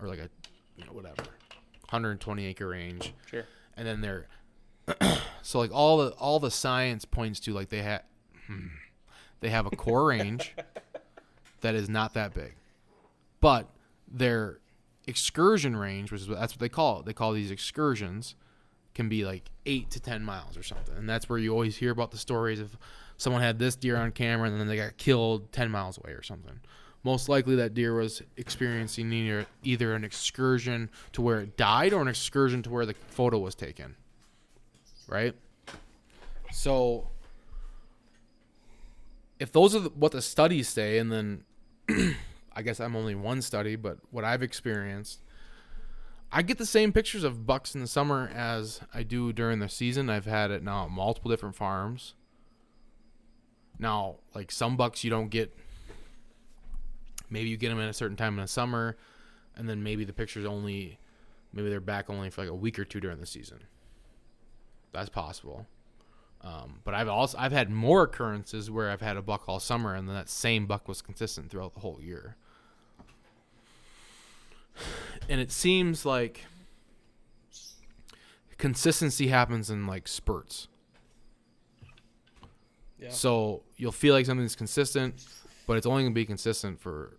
[SPEAKER 4] or like a you know, whatever 120 acre range.
[SPEAKER 3] Sure.
[SPEAKER 4] And then they're [clears throat] so like all the all the science points to like they have they have a core range that is not that big, but their excursion range, which is what, that's what they call it. They call these excursions can be like eight to ten miles or something, and that's where you always hear about the stories of someone had this deer on camera and then they got killed ten miles away or something. Most likely, that deer was experiencing either either an excursion to where it died or an excursion to where the photo was taken. Right. So, if those are the, what the studies say, and then [clears throat] I guess I'm only one study, but what I've experienced I get the same pictures of bucks in the summer as I do during the season. I've had it now at multiple different farms. Now, like some bucks you don't get maybe you get them at a certain time in the summer and then maybe the pictures only maybe they're back only for like a week or two during the season. That's possible. Um, but I've also I've had more occurrences where I've had a buck all summer and then that same buck was consistent throughout the whole year and it seems like consistency happens in like spurts.
[SPEAKER 3] Yeah.
[SPEAKER 4] So you'll feel like something's consistent, but it's only gonna be consistent for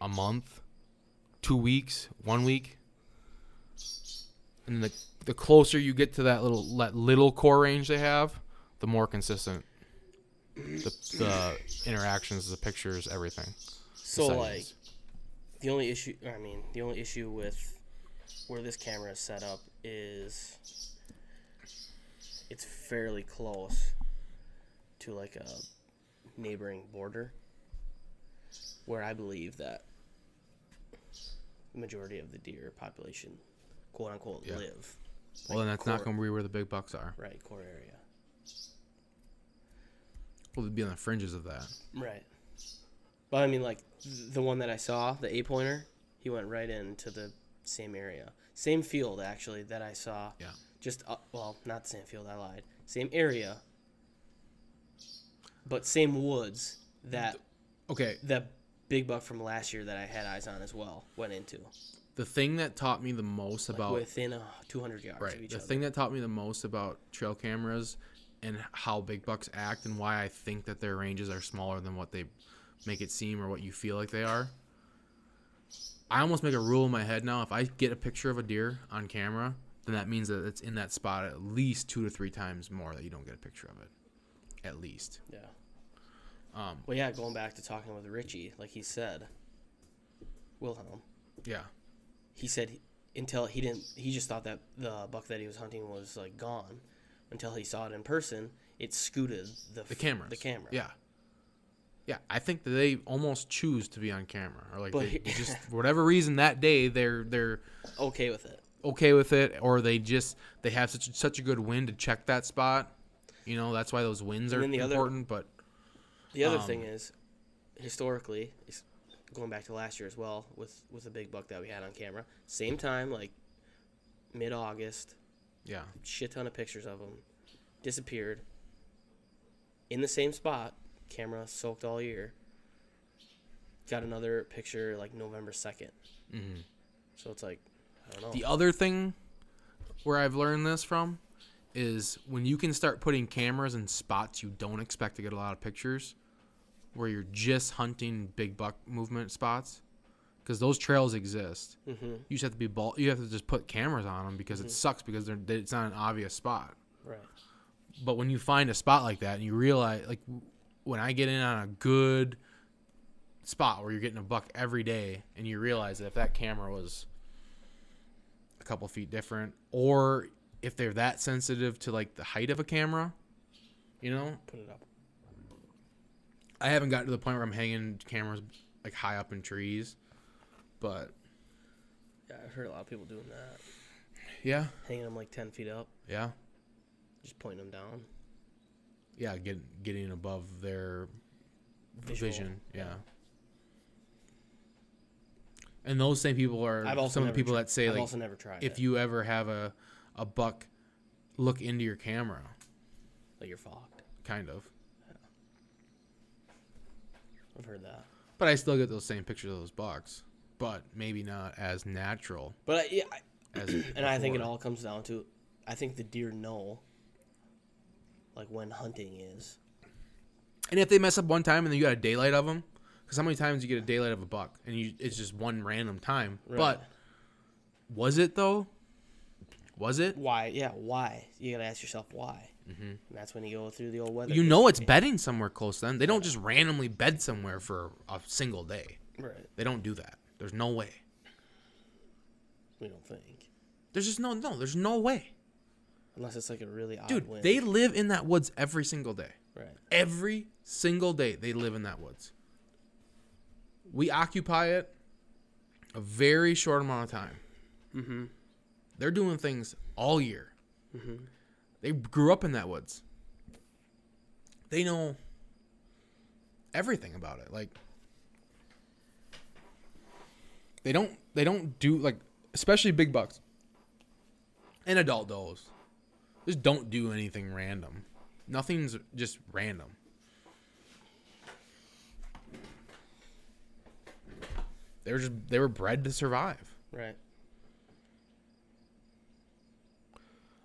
[SPEAKER 4] a month, two weeks, one week. And the the closer you get to that little that little core range they have, the more consistent the, the interactions, the pictures, everything.
[SPEAKER 3] So
[SPEAKER 4] Sightings.
[SPEAKER 3] like, the only issue I mean, the only issue with where this camera is set up is it's fairly close to like a neighboring border where I believe that the majority of the deer population quote unquote live.
[SPEAKER 4] Well, then that's not
[SPEAKER 3] core-
[SPEAKER 4] gonna be where the big bucks are.
[SPEAKER 3] Right, core area.
[SPEAKER 4] Well, it'd be on the fringes of that.
[SPEAKER 3] Right. But I mean, like th- the one that I saw, the eight pointer, he went right into the same area, same field actually that I saw.
[SPEAKER 4] Yeah.
[SPEAKER 3] Just up, well, not same field. I lied. Same area, but same woods that
[SPEAKER 4] Okay,
[SPEAKER 3] that big buck from last year that I had eyes on as well went into,
[SPEAKER 4] the thing that taught me the most about
[SPEAKER 3] within uh, 200 yards of
[SPEAKER 4] right
[SPEAKER 3] each
[SPEAKER 4] the
[SPEAKER 3] other.
[SPEAKER 4] thing that taught me the most about trail cameras and how big bucks act and why I think that their ranges are smaller than what they make it seem or what you feel like they are. I almost make a rule in my head now. If I get a picture of a deer on camera, then that means that it's in that spot at least two to three times more that you don't get a picture of it, at least.
[SPEAKER 3] Yeah. Um, well, yeah, going back to talking with Richie, like he said, Wilhelm,
[SPEAKER 4] Yeah.
[SPEAKER 3] he said he- until he didn't, he just thought that the buck that he was hunting was like gone until he saw it in person. It scooted the,
[SPEAKER 4] The cameras.
[SPEAKER 3] The camera.
[SPEAKER 4] Yeah. Yeah, I think that they almost choose to be on camera, or like
[SPEAKER 3] But
[SPEAKER 4] they
[SPEAKER 3] he- [laughs]
[SPEAKER 4] just for whatever reason that day they're they're
[SPEAKER 3] Okay with it.
[SPEAKER 4] okay with it, or they just they have such such a good wind to check that spot. You know, that's why those winds are
[SPEAKER 3] then the other-
[SPEAKER 4] important. but
[SPEAKER 3] The
[SPEAKER 4] Um,
[SPEAKER 3] other thing is, historically, is going back to last year as well with with the big buck that we had on camera, same time like mid August,
[SPEAKER 4] yeah,
[SPEAKER 3] shit ton of pictures of him. Disappeared. In the same spot, camera soaked all year. Got another picture like November 2nd.
[SPEAKER 4] Mm-hmm.
[SPEAKER 3] So it's like, I don't know.
[SPEAKER 4] the other thing where I've learned this from is when you can start putting cameras in spots you don't expect to get a lot of pictures, where you're just hunting big buck movement spots, because those trails exist. You just have to be ball. You have to just put cameras on them because it sucks because they're it's not an obvious spot.
[SPEAKER 3] right.
[SPEAKER 4] but when you find a spot like that and you realize like w- when i get in on a good spot where you're getting a buck every day and you realize that if that camera was a couple feet different or if they're that sensitive to like the height of a camera you know
[SPEAKER 3] Put it up.
[SPEAKER 4] i haven't gotten to the point where i'm hanging cameras like high up in trees but
[SPEAKER 3] Yeah, I've heard a lot of people doing that.
[SPEAKER 4] yeah
[SPEAKER 3] Hanging them like 10 feet up,
[SPEAKER 4] yeah
[SPEAKER 3] just pointing them down.
[SPEAKER 4] yeah get, getting above their
[SPEAKER 3] Visual.
[SPEAKER 4] vision. Yeah. And those same people are
[SPEAKER 3] I've also
[SPEAKER 4] some of
[SPEAKER 3] never
[SPEAKER 4] the people
[SPEAKER 3] tri-
[SPEAKER 4] that say
[SPEAKER 3] I've
[SPEAKER 4] like,
[SPEAKER 3] also never tried
[SPEAKER 4] if
[SPEAKER 3] it.
[SPEAKER 4] you ever have a a buck, look into your camera,
[SPEAKER 3] Like you're fucked.
[SPEAKER 4] kind of.
[SPEAKER 3] I've heard that.
[SPEAKER 4] But I still get those same pictures of those bucks, but maybe not as natural
[SPEAKER 3] But I, yeah, I, [coughs]
[SPEAKER 4] as.
[SPEAKER 3] and I think it
[SPEAKER 4] before.
[SPEAKER 3] all comes down to, I think the deer know, like when hunting is.
[SPEAKER 4] And if they mess up one time and then you got a daylight of them, because how many times you get a daylight of a buck and you it's just one random time. But was it though? Was it?
[SPEAKER 3] why yeah why you gotta ask yourself why mm-hmm. and that's when you go through the old weather
[SPEAKER 4] you know it's bedding somewhere close then they don't just randomly bed somewhere for a single day
[SPEAKER 3] right
[SPEAKER 4] they don't do that there's no way
[SPEAKER 3] we don't think
[SPEAKER 4] there's just no no there's no way
[SPEAKER 3] unless it's like a really odd
[SPEAKER 4] dude
[SPEAKER 3] wind.
[SPEAKER 4] they live in that woods every single day
[SPEAKER 3] right
[SPEAKER 4] every single day they live in that woods we occupy it a very short amount of time mm-hmm. they're doing things all year they grew up in that woods they know everything about it like they don't they don't do like especially big bucks and adult does just don't do anything random Nothing's just random. They were just they were bred to survive.
[SPEAKER 3] right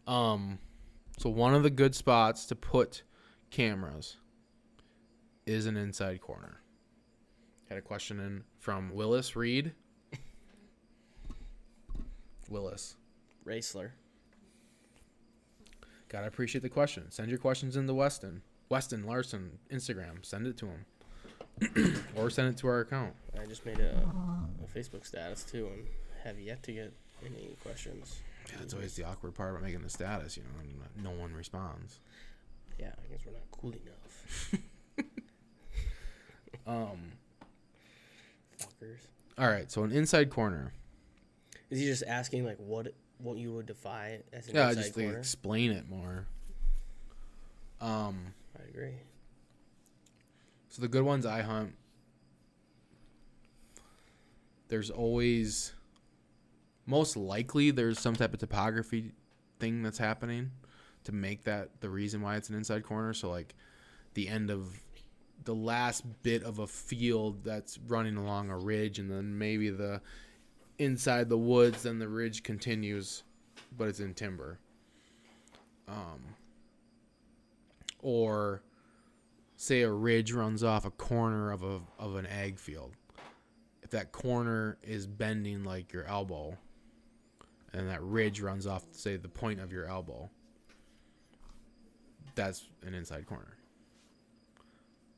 [SPEAKER 4] Um so one of the good spots to put cameras is an inside corner. Had a question in from Willis Reed. Willis.
[SPEAKER 3] raceler
[SPEAKER 4] Gotta appreciate the question. Send your questions in to Weston. Weston Larson, Instagram. Send it to him. [clears throat] or send it to our account.
[SPEAKER 3] i just made a, a facebook status too and have yet to get any questions
[SPEAKER 4] Yeah, that's always the awkward part about making the status, you know, and no one responds.
[SPEAKER 3] yeah i guess we're not cool enough
[SPEAKER 4] [laughs]
[SPEAKER 3] [laughs]
[SPEAKER 4] Um,
[SPEAKER 3] fuckers
[SPEAKER 4] all right, so an inside corner.
[SPEAKER 3] is he just asking like what what you would defy as an
[SPEAKER 4] Yeah, I
[SPEAKER 3] inside
[SPEAKER 4] just like,
[SPEAKER 3] corner
[SPEAKER 4] explain it more. Um,
[SPEAKER 3] i agree
[SPEAKER 4] so the good ones I hunt there's always most likely there's some type of topography thing that's happening to make that the reason why it's an inside corner. So like the end of the last bit of a field that's running along a ridge and then maybe the inside the woods then the ridge continues but it's in timber. Um or say a ridge runs off a corner of a of an ag field. If that corner is bending like your elbow, and that ridge runs off, say the point of your elbow, that's an inside corner.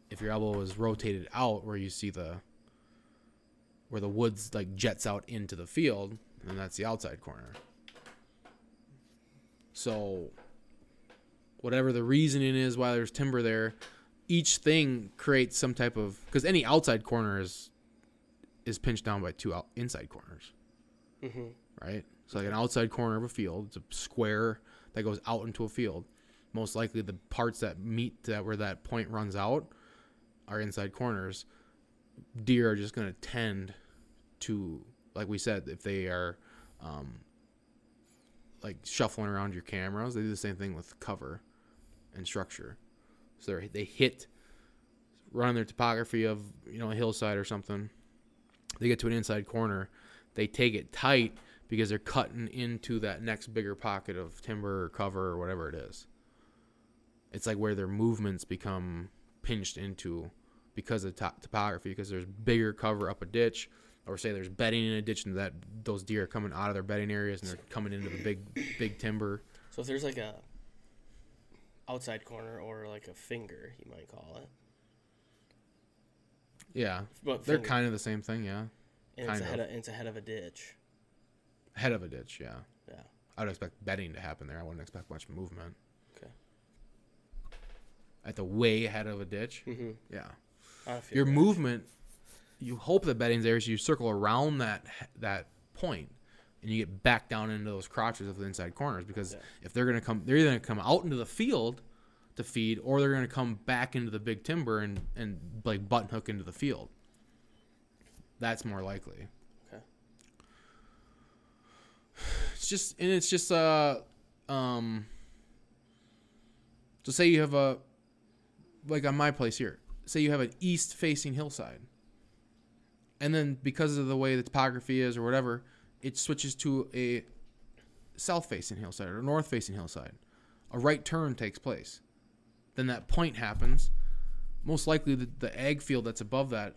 [SPEAKER 4] If your elbow is rotated out, where you see the where the woods like jets out into the field, then that's the outside corner. So whatever the reasoning is why there's timber there, each thing creates some type of because any outside corner is is pinched down by two out, inside corners, right? So like an outside corner of a field, it's a square that goes out into a field. Most likely, the parts that meet that where that point runs out are inside corners. Deer are just gonna tend to, like we said, if they are um, like shuffling around your cameras. They do the same thing with cover and structure. So they're- they hit running their topography of you know a hillside or something. They get to an inside corner, they take it tight because they're cutting into that next bigger pocket of timber or cover or whatever it is. It's like where their movements become pinched into because of top topography because there's bigger cover up a ditch or say there's bedding in a ditch and that those deer are coming out of their bedding areas and they're coming into the big big timber
[SPEAKER 3] So if there's like a outside corner or like a finger, you might call it,
[SPEAKER 4] yeah
[SPEAKER 3] But
[SPEAKER 4] they're
[SPEAKER 3] finger.
[SPEAKER 4] kind of the same thing yeah
[SPEAKER 3] and it's
[SPEAKER 4] Kind
[SPEAKER 3] ahead
[SPEAKER 4] of.
[SPEAKER 3] of. it's ahead of a ditch.
[SPEAKER 4] head of a ditch yeah
[SPEAKER 3] Yeah.
[SPEAKER 4] i would expect bedding to happen there i wouldn't expect much movement
[SPEAKER 3] Okay.
[SPEAKER 4] at the way head of a ditch yeah
[SPEAKER 3] I feel
[SPEAKER 4] your
[SPEAKER 3] that.
[SPEAKER 4] movement you hope the bedding's there so you circle around that that point and you get back down into those crotches of the inside corners because if they're gonna come they're either gonna come out into the field to feed or they're gonna come back into the big timber and and like button hook into the field that's more likely
[SPEAKER 3] Okay.
[SPEAKER 4] it's just and it's just uh um so say you have a like on my place here say you have an east facing hillside and then because of the way the topography is or whatever it switches to a south facing hillside or north facing hillside a right turn takes place then that point happens most likely the, the ag field that's above that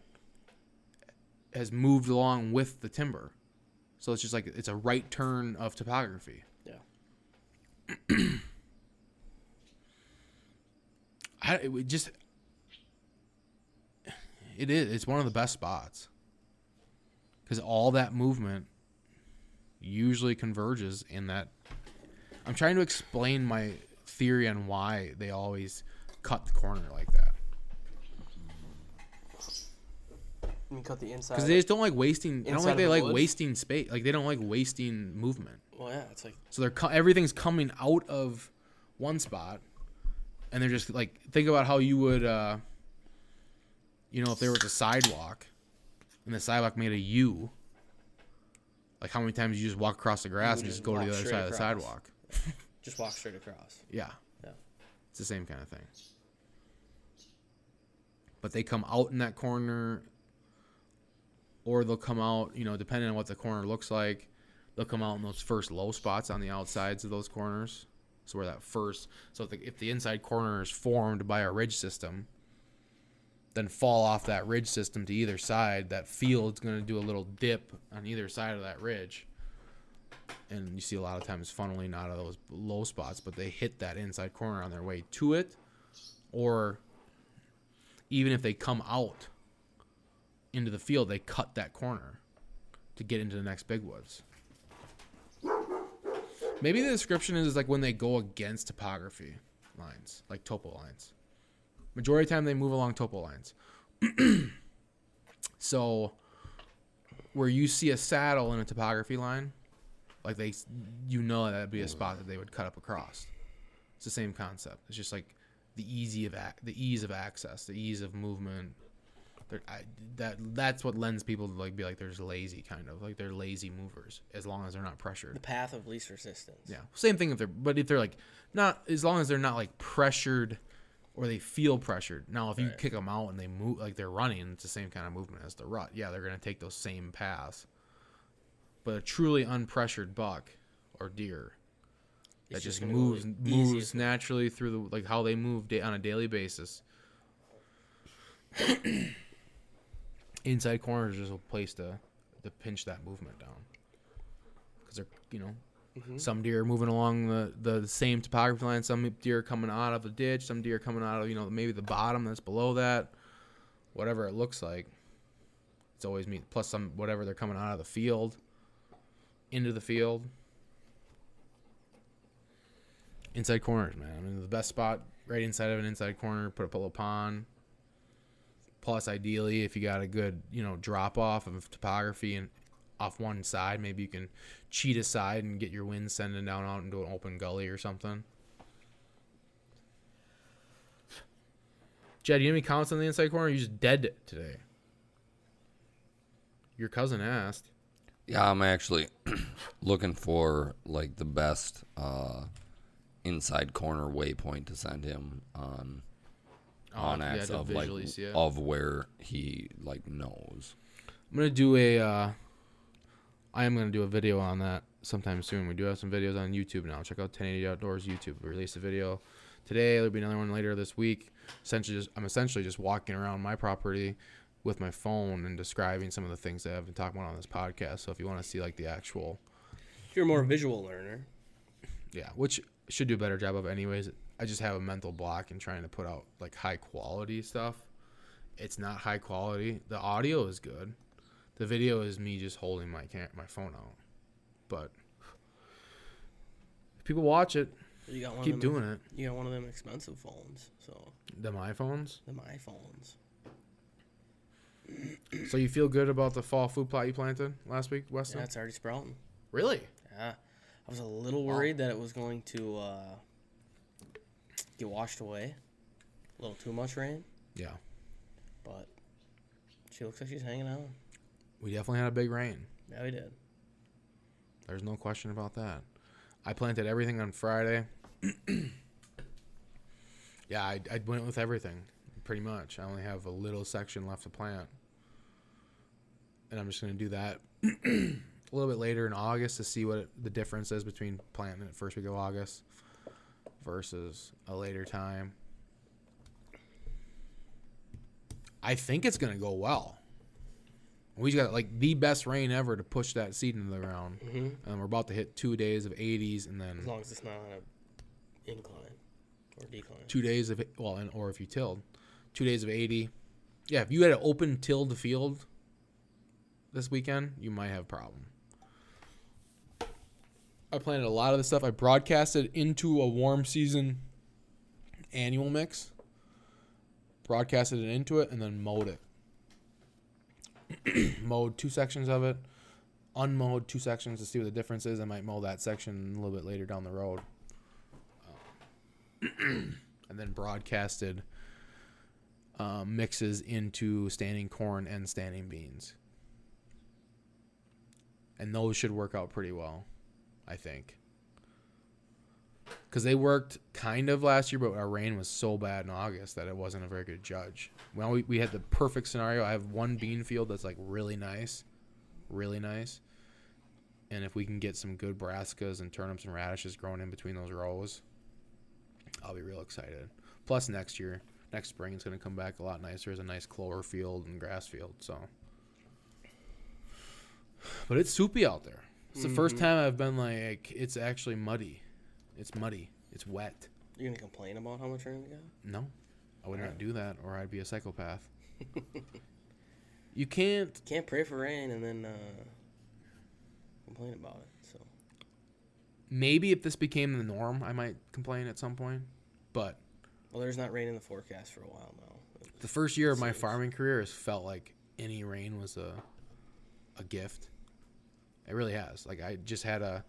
[SPEAKER 4] has moved along with the timber so it's just like it's a right turn of topography
[SPEAKER 3] Yeah.
[SPEAKER 4] I it would just it is it's one of the best spots because all that movement usually converges in that. I'm trying to explain my theory on why they always cut the corner like that
[SPEAKER 3] You cut the inside.
[SPEAKER 4] because they just don't like wasting. I don't
[SPEAKER 3] Uh, Inside
[SPEAKER 4] think
[SPEAKER 3] of
[SPEAKER 4] they
[SPEAKER 3] the
[SPEAKER 4] like
[SPEAKER 3] woods?
[SPEAKER 4] wasting space. Like they don't like wasting movement.
[SPEAKER 3] well, yeah, it's like
[SPEAKER 4] So they're co- everything's coming out of one spot, and they're just like think about how you would, uh, you know, if there was a sidewalk, and the sidewalk made a U. Like how many times you just walk across the grass and
[SPEAKER 3] would
[SPEAKER 4] just
[SPEAKER 3] just
[SPEAKER 4] go to
[SPEAKER 3] walk
[SPEAKER 4] the other
[SPEAKER 3] straight
[SPEAKER 4] side of the
[SPEAKER 3] across.
[SPEAKER 4] sidewalk.
[SPEAKER 3] just walk straight across.
[SPEAKER 4] Yeah.
[SPEAKER 3] Yeah.
[SPEAKER 4] It's the same kind of thing. But they come out in that corner, or they'll come out, you know, depending on what the corner looks like, they'll come out in those first low spots on the outsides of those corners. So where that first, so if the, if the inside corner is formed by a ridge system, then fall off that ridge system to either side, that field's going to do a little dip on either side of that ridge and you see a lot of times funneling out of those low spots, but they hit that inside corner on their way to it, or even if they come out into the field, they cut that corner to get into the next big woods. Maybe the description is like when they go against topography lines, like topo lines. Majority of the time they move along topo lines. [clears throat] so where you see a saddle in a topography line, like they you know that'd be a spot that they would cut up across it's the same concept it's just like the easy of ac- the ease of access the ease of movement They're, I, that that's what lends people to like be like they're just lazy kind of like they're lazy movers as long as they're not pressured.
[SPEAKER 3] The path of least resistance.
[SPEAKER 4] Yeah. Same thing if they're but if they're like not as long as they're not like pressured or they feel pressured. Now if you kick them out and they move like they're running, it's the same kind of movement as the rut. Yeah, they're going to take those same paths. But a truly unpressured buck or deer that
[SPEAKER 3] just
[SPEAKER 4] just,
[SPEAKER 3] gonna go
[SPEAKER 4] moves
[SPEAKER 3] the
[SPEAKER 4] moves
[SPEAKER 3] easiest way.
[SPEAKER 4] naturally through the like how they move da- on a daily basis. [coughs] Inside corner is just a place to to pinch that movement down because they're you know
[SPEAKER 3] Mm-hmm.
[SPEAKER 4] some deer are moving along the, the same topography line. Some deer are coming out of the ditch. Some deer are coming out of you know maybe the bottom that's below that, whatever it looks like. It's always me. Plus some whatever they're coming out of the field, into the field. Inside corners, man. I mean the best spot right inside of an inside corner. Put up a little pond. Plus, ideally, if you got a good you know drop off of topography and off one side, maybe you can cheat aside and get your wind sending down out into an open gully or something. Jed, you have any comments on the inside corner? You just dead it today. Your cousin asked.
[SPEAKER 2] Yeah, I'm actually [clears throat] looking for like the best uh, inside corner waypoint to send him on on
[SPEAKER 4] Oh, yeah,
[SPEAKER 2] X
[SPEAKER 4] to
[SPEAKER 2] of like
[SPEAKER 4] visually see it.
[SPEAKER 2] of where he like knows.
[SPEAKER 4] I'm gonna do a. Uh, I am gonna do a video on that sometime soon. We do have some videos on YouTube now. Check out 1080 Outdoors YouTube. We released a video today. There'll be another one later this week. Essentially, just, I'm essentially just walking around my property with my phone and describing some of the things that I've been talking about on this podcast. So if you want to see like the actual,
[SPEAKER 3] You're a more visual learner.
[SPEAKER 4] yeah, which I should do a better job of anyways. I just have a mental block in trying to put out like high quality stuff. It's not high quality. The audio is good. The video is me just holding my cam- my phone out. But if people watch it,
[SPEAKER 3] You got one.
[SPEAKER 4] keep
[SPEAKER 3] of them,
[SPEAKER 4] doing it.
[SPEAKER 3] You got one of them expensive phones. So
[SPEAKER 4] Them iPhones.
[SPEAKER 3] them iPhones.
[SPEAKER 4] So you feel good about the fall food plot you planted last week, Weston?
[SPEAKER 3] Yeah, it's already sprouting.
[SPEAKER 4] really?
[SPEAKER 3] Yeah, I was a little worried that it was going to uh, get washed away. A little too much rain,
[SPEAKER 4] Yeah.
[SPEAKER 3] but she looks like she's hanging out.
[SPEAKER 4] We definitely had a big rain.
[SPEAKER 3] Yeah, we did.
[SPEAKER 4] There's no question about that. I planted everything on Friday. yeah, I, I went with everything, pretty much. I only have a little section left to plant. And I'm just going to do that [clears throat] a little bit later in August to see what it, the difference is between planting it first week of August versus a later time. I think it's going to go well. We just got like the best rain ever to push that seed into the ground. And we're about to hit two days of 80s and
[SPEAKER 3] Mm-hmm. As
[SPEAKER 4] then
[SPEAKER 3] long as it's not on a incline or decline.
[SPEAKER 4] two days of, well, and, or if you tilled, two days of 80. Yeah, if you had an open tilled field this weekend, you might have a problem. I planted a lot of the stuff. I broadcasted into a warm season annual mix, broadcasted it into it, and then mowed it. [clears throat] mowed two sections of it, unmowed two sections to see what the difference is. I might mow that section a little bit later down the road. Um, and then broadcasted uh, mixes into standing corn and standing beans. And those should work out pretty well, I think. Because they worked kind of last year, but our rain was so bad in August that it wasn't a very good judge. Well, we, we had the perfect scenario. I have one bean field that's like really nice, really nice. And if we can get some good brassicas and turnips and radishes growing in between those rows, I'll be real excited. Plus, next year, next spring, it's going to come back a lot nicer as a nice clover field and grass field. So, but it's soupy out there. It's the first time I've been like, it's actually muddy. It's muddy. It's wet.
[SPEAKER 3] You're gonna complain about how much rain we got?
[SPEAKER 4] No, I would not do that, or I'd be a psychopath. [laughs] you can't.
[SPEAKER 3] Can't pray for rain and then uh, complain about it. So
[SPEAKER 4] Maybe if this became the norm, I might complain at some point. But
[SPEAKER 3] well, there's not rain in the forecast for a while now.
[SPEAKER 4] the first year of my farming career has felt like any rain was a a gift. It really has. Like I just had a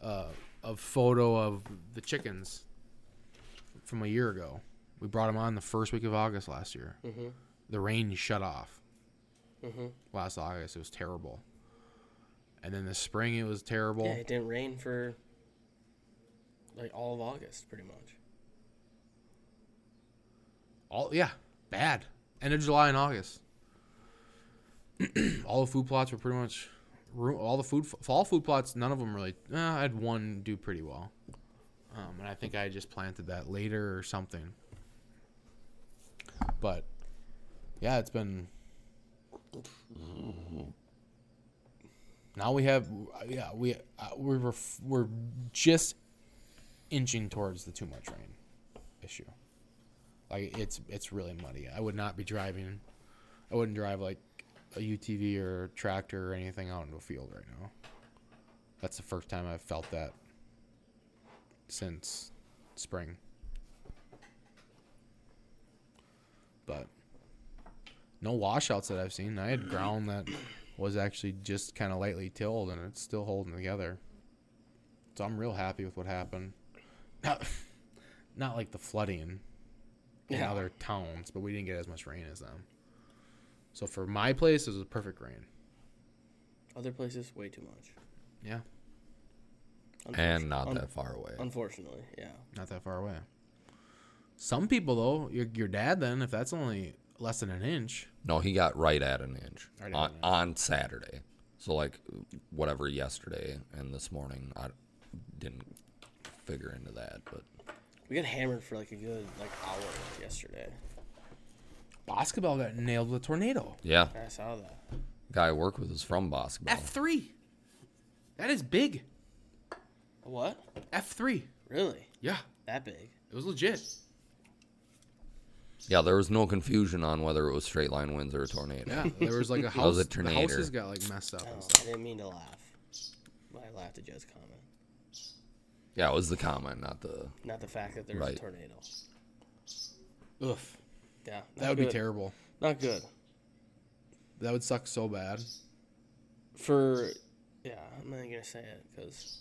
[SPEAKER 4] a, a photo of the chickens
[SPEAKER 3] Mm-hmm.
[SPEAKER 4] from a year ago. We brought them on the first week of August last year. The rain shut off. last August. It was terrible. And then the spring, it was terrible.
[SPEAKER 3] Yeah, it didn't rain for like all of August, pretty much.
[SPEAKER 4] All yeah, bad. End of July and August. [clears throat] all the food plots were pretty much, ru- all the food fall food plots. None of them really. eh, I had one do pretty well, um, and I think I just planted that later or something. But yeah, it's been. Now we have yeah we uh, we were f- we're just inching towards the too much rain issue. Like it's it's really muddy. I would not be driving. I wouldn't drive like a UTV or a tractor or anything out into a field right now. That's the first time I've felt that since spring. But no washouts that I've seen. I had ground that was actually just kind of lightly tilled and it's still holding together. So I'm real happy with what happened. Not, [laughs] not like the flooding in
[SPEAKER 3] Yeah.
[SPEAKER 4] other towns, but we didn't get as much rain as them. So for my place, it was perfect rain.
[SPEAKER 3] Other places, way too much.
[SPEAKER 4] Yeah,
[SPEAKER 2] and not
[SPEAKER 3] Un-
[SPEAKER 2] that far away.
[SPEAKER 3] Unfortunately, yeah.
[SPEAKER 4] not that far away. Some people though, your your dad then, if that's only less than an inch,
[SPEAKER 2] No, he got right at an inch
[SPEAKER 4] Right at
[SPEAKER 2] on,
[SPEAKER 4] an inch.
[SPEAKER 2] on Saturday. So like whatever yesterday and this morning, I didn't figure into that, but
[SPEAKER 3] We got hammered for like a good like hour yesterday.
[SPEAKER 4] basketball got nailed with a tornado.
[SPEAKER 2] yeah,
[SPEAKER 3] I saw that.
[SPEAKER 2] guy I work with is from basketball.
[SPEAKER 4] F three, that is big.
[SPEAKER 3] What?
[SPEAKER 4] F three.
[SPEAKER 3] Really?
[SPEAKER 4] Yeah,
[SPEAKER 3] That big?
[SPEAKER 4] it was legit.
[SPEAKER 2] Yeah, there was no confusion on whether it was straight line winds or a tornado.
[SPEAKER 4] Yeah, [laughs] there was like a
[SPEAKER 2] was
[SPEAKER 4] house.
[SPEAKER 2] a
[SPEAKER 4] the houses
[SPEAKER 2] tornado.
[SPEAKER 4] got like messed up.
[SPEAKER 3] Oh,
[SPEAKER 4] And
[SPEAKER 3] I
[SPEAKER 4] stuff.
[SPEAKER 3] didn't mean to laugh. But I laughed at Joe's comment,
[SPEAKER 2] Yeah, it was the comment, not the
[SPEAKER 3] not the fact that there was
[SPEAKER 2] Right.
[SPEAKER 3] a tornado.
[SPEAKER 4] Oof,
[SPEAKER 3] Yeah, not
[SPEAKER 4] that would be
[SPEAKER 3] good.
[SPEAKER 4] terrible.
[SPEAKER 3] Not good.
[SPEAKER 4] That would suck so bad.
[SPEAKER 3] For yeah, I'm not gonna say it because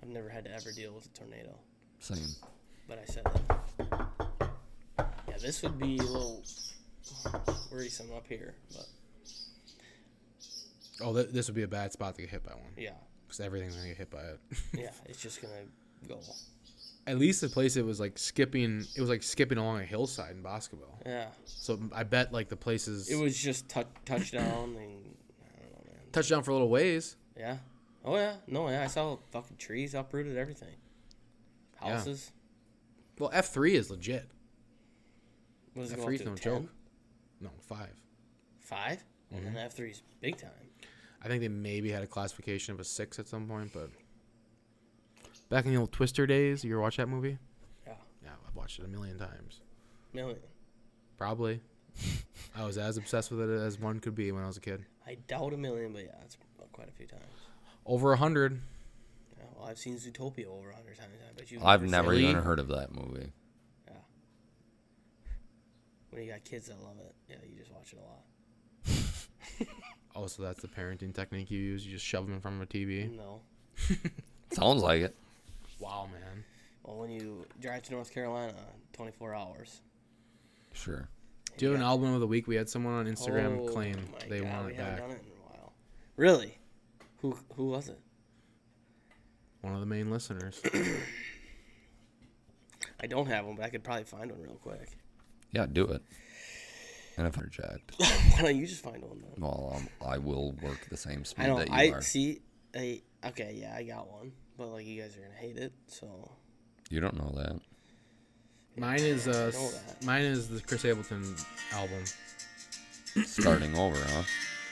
[SPEAKER 3] I've never had to ever deal with a tornado.
[SPEAKER 2] same.
[SPEAKER 3] But I said that. Yeah, this would be a little worrisome up here, but
[SPEAKER 4] Oh, th- this would be a bad spot to get hit by one
[SPEAKER 3] yeah,
[SPEAKER 4] because everything's gonna get hit by it. [laughs]
[SPEAKER 3] yeah, it's just gonna go.
[SPEAKER 4] At least the place it was like skipping, it was like skipping along a hillside in basketball.
[SPEAKER 3] Yeah,
[SPEAKER 4] So I bet like the places
[SPEAKER 3] it was just tou touchdown and I don't know, man.
[SPEAKER 4] touchdown for a little ways.
[SPEAKER 3] Yeah. Oh yeah. No, yeah. I saw fucking trees uprooted, everything.
[SPEAKER 4] Yeah.
[SPEAKER 3] Houses.
[SPEAKER 4] Well, F three is legit.
[SPEAKER 3] What is it
[SPEAKER 4] F
[SPEAKER 3] going
[SPEAKER 4] three
[SPEAKER 3] up
[SPEAKER 4] is
[SPEAKER 3] to?
[SPEAKER 4] no
[SPEAKER 3] 10?
[SPEAKER 4] joke. Mm-hmm. No five.
[SPEAKER 3] 5 And then F three is big time.
[SPEAKER 4] I think they maybe had a classification of a six at some point, but back in the old Twister days, you ever watch that movie?
[SPEAKER 3] Yeah.
[SPEAKER 4] Yeah, I've watched it a million times.
[SPEAKER 3] Million.
[SPEAKER 4] Probably. I was as obsessed with it as one could be when I was a kid.
[SPEAKER 3] I doubt a million, but yeah, it's quite a few times.
[SPEAKER 4] Over a hundred.
[SPEAKER 3] Yeah, well, I've seen Zootopia over a hundred times. I bet you.
[SPEAKER 2] I've never
[SPEAKER 4] Really?
[SPEAKER 2] even heard of that movie.
[SPEAKER 3] When you got kids that love it, yeah, you just watch it a lot.
[SPEAKER 4] Oh, so that's the parenting technique you use. You just shove them in front of a TV.
[SPEAKER 3] No.
[SPEAKER 2] Sounds like it.
[SPEAKER 4] Wow, man.
[SPEAKER 3] Well, when you drive to North Carolina, 24 hours.
[SPEAKER 2] Sure.
[SPEAKER 4] Do you have an album of the week? We had someone on Instagram
[SPEAKER 3] Oh
[SPEAKER 4] claim
[SPEAKER 3] my
[SPEAKER 4] they
[SPEAKER 3] God,
[SPEAKER 4] want
[SPEAKER 3] we
[SPEAKER 4] it
[SPEAKER 3] haven't
[SPEAKER 4] back.
[SPEAKER 3] done it in a while. Really? Who who was it?
[SPEAKER 4] One of the main
[SPEAKER 3] [coughs]
[SPEAKER 4] listeners.
[SPEAKER 3] I don't have one, but I could probably find one real quick. [laughs]
[SPEAKER 2] Yeah, do it. And if I reject,
[SPEAKER 3] Why don't you just find one then?
[SPEAKER 2] well, um, I will work the same speed
[SPEAKER 3] I don't.
[SPEAKER 2] that you
[SPEAKER 3] I
[SPEAKER 2] are.
[SPEAKER 3] see. I okay. Yeah, I got one, but like you guys are gonna hate it. So
[SPEAKER 2] You don't know that.
[SPEAKER 4] mine is uh,
[SPEAKER 3] know
[SPEAKER 4] s-
[SPEAKER 3] that.
[SPEAKER 4] mine is the Chris Ableton album.
[SPEAKER 2] Starting over, huh?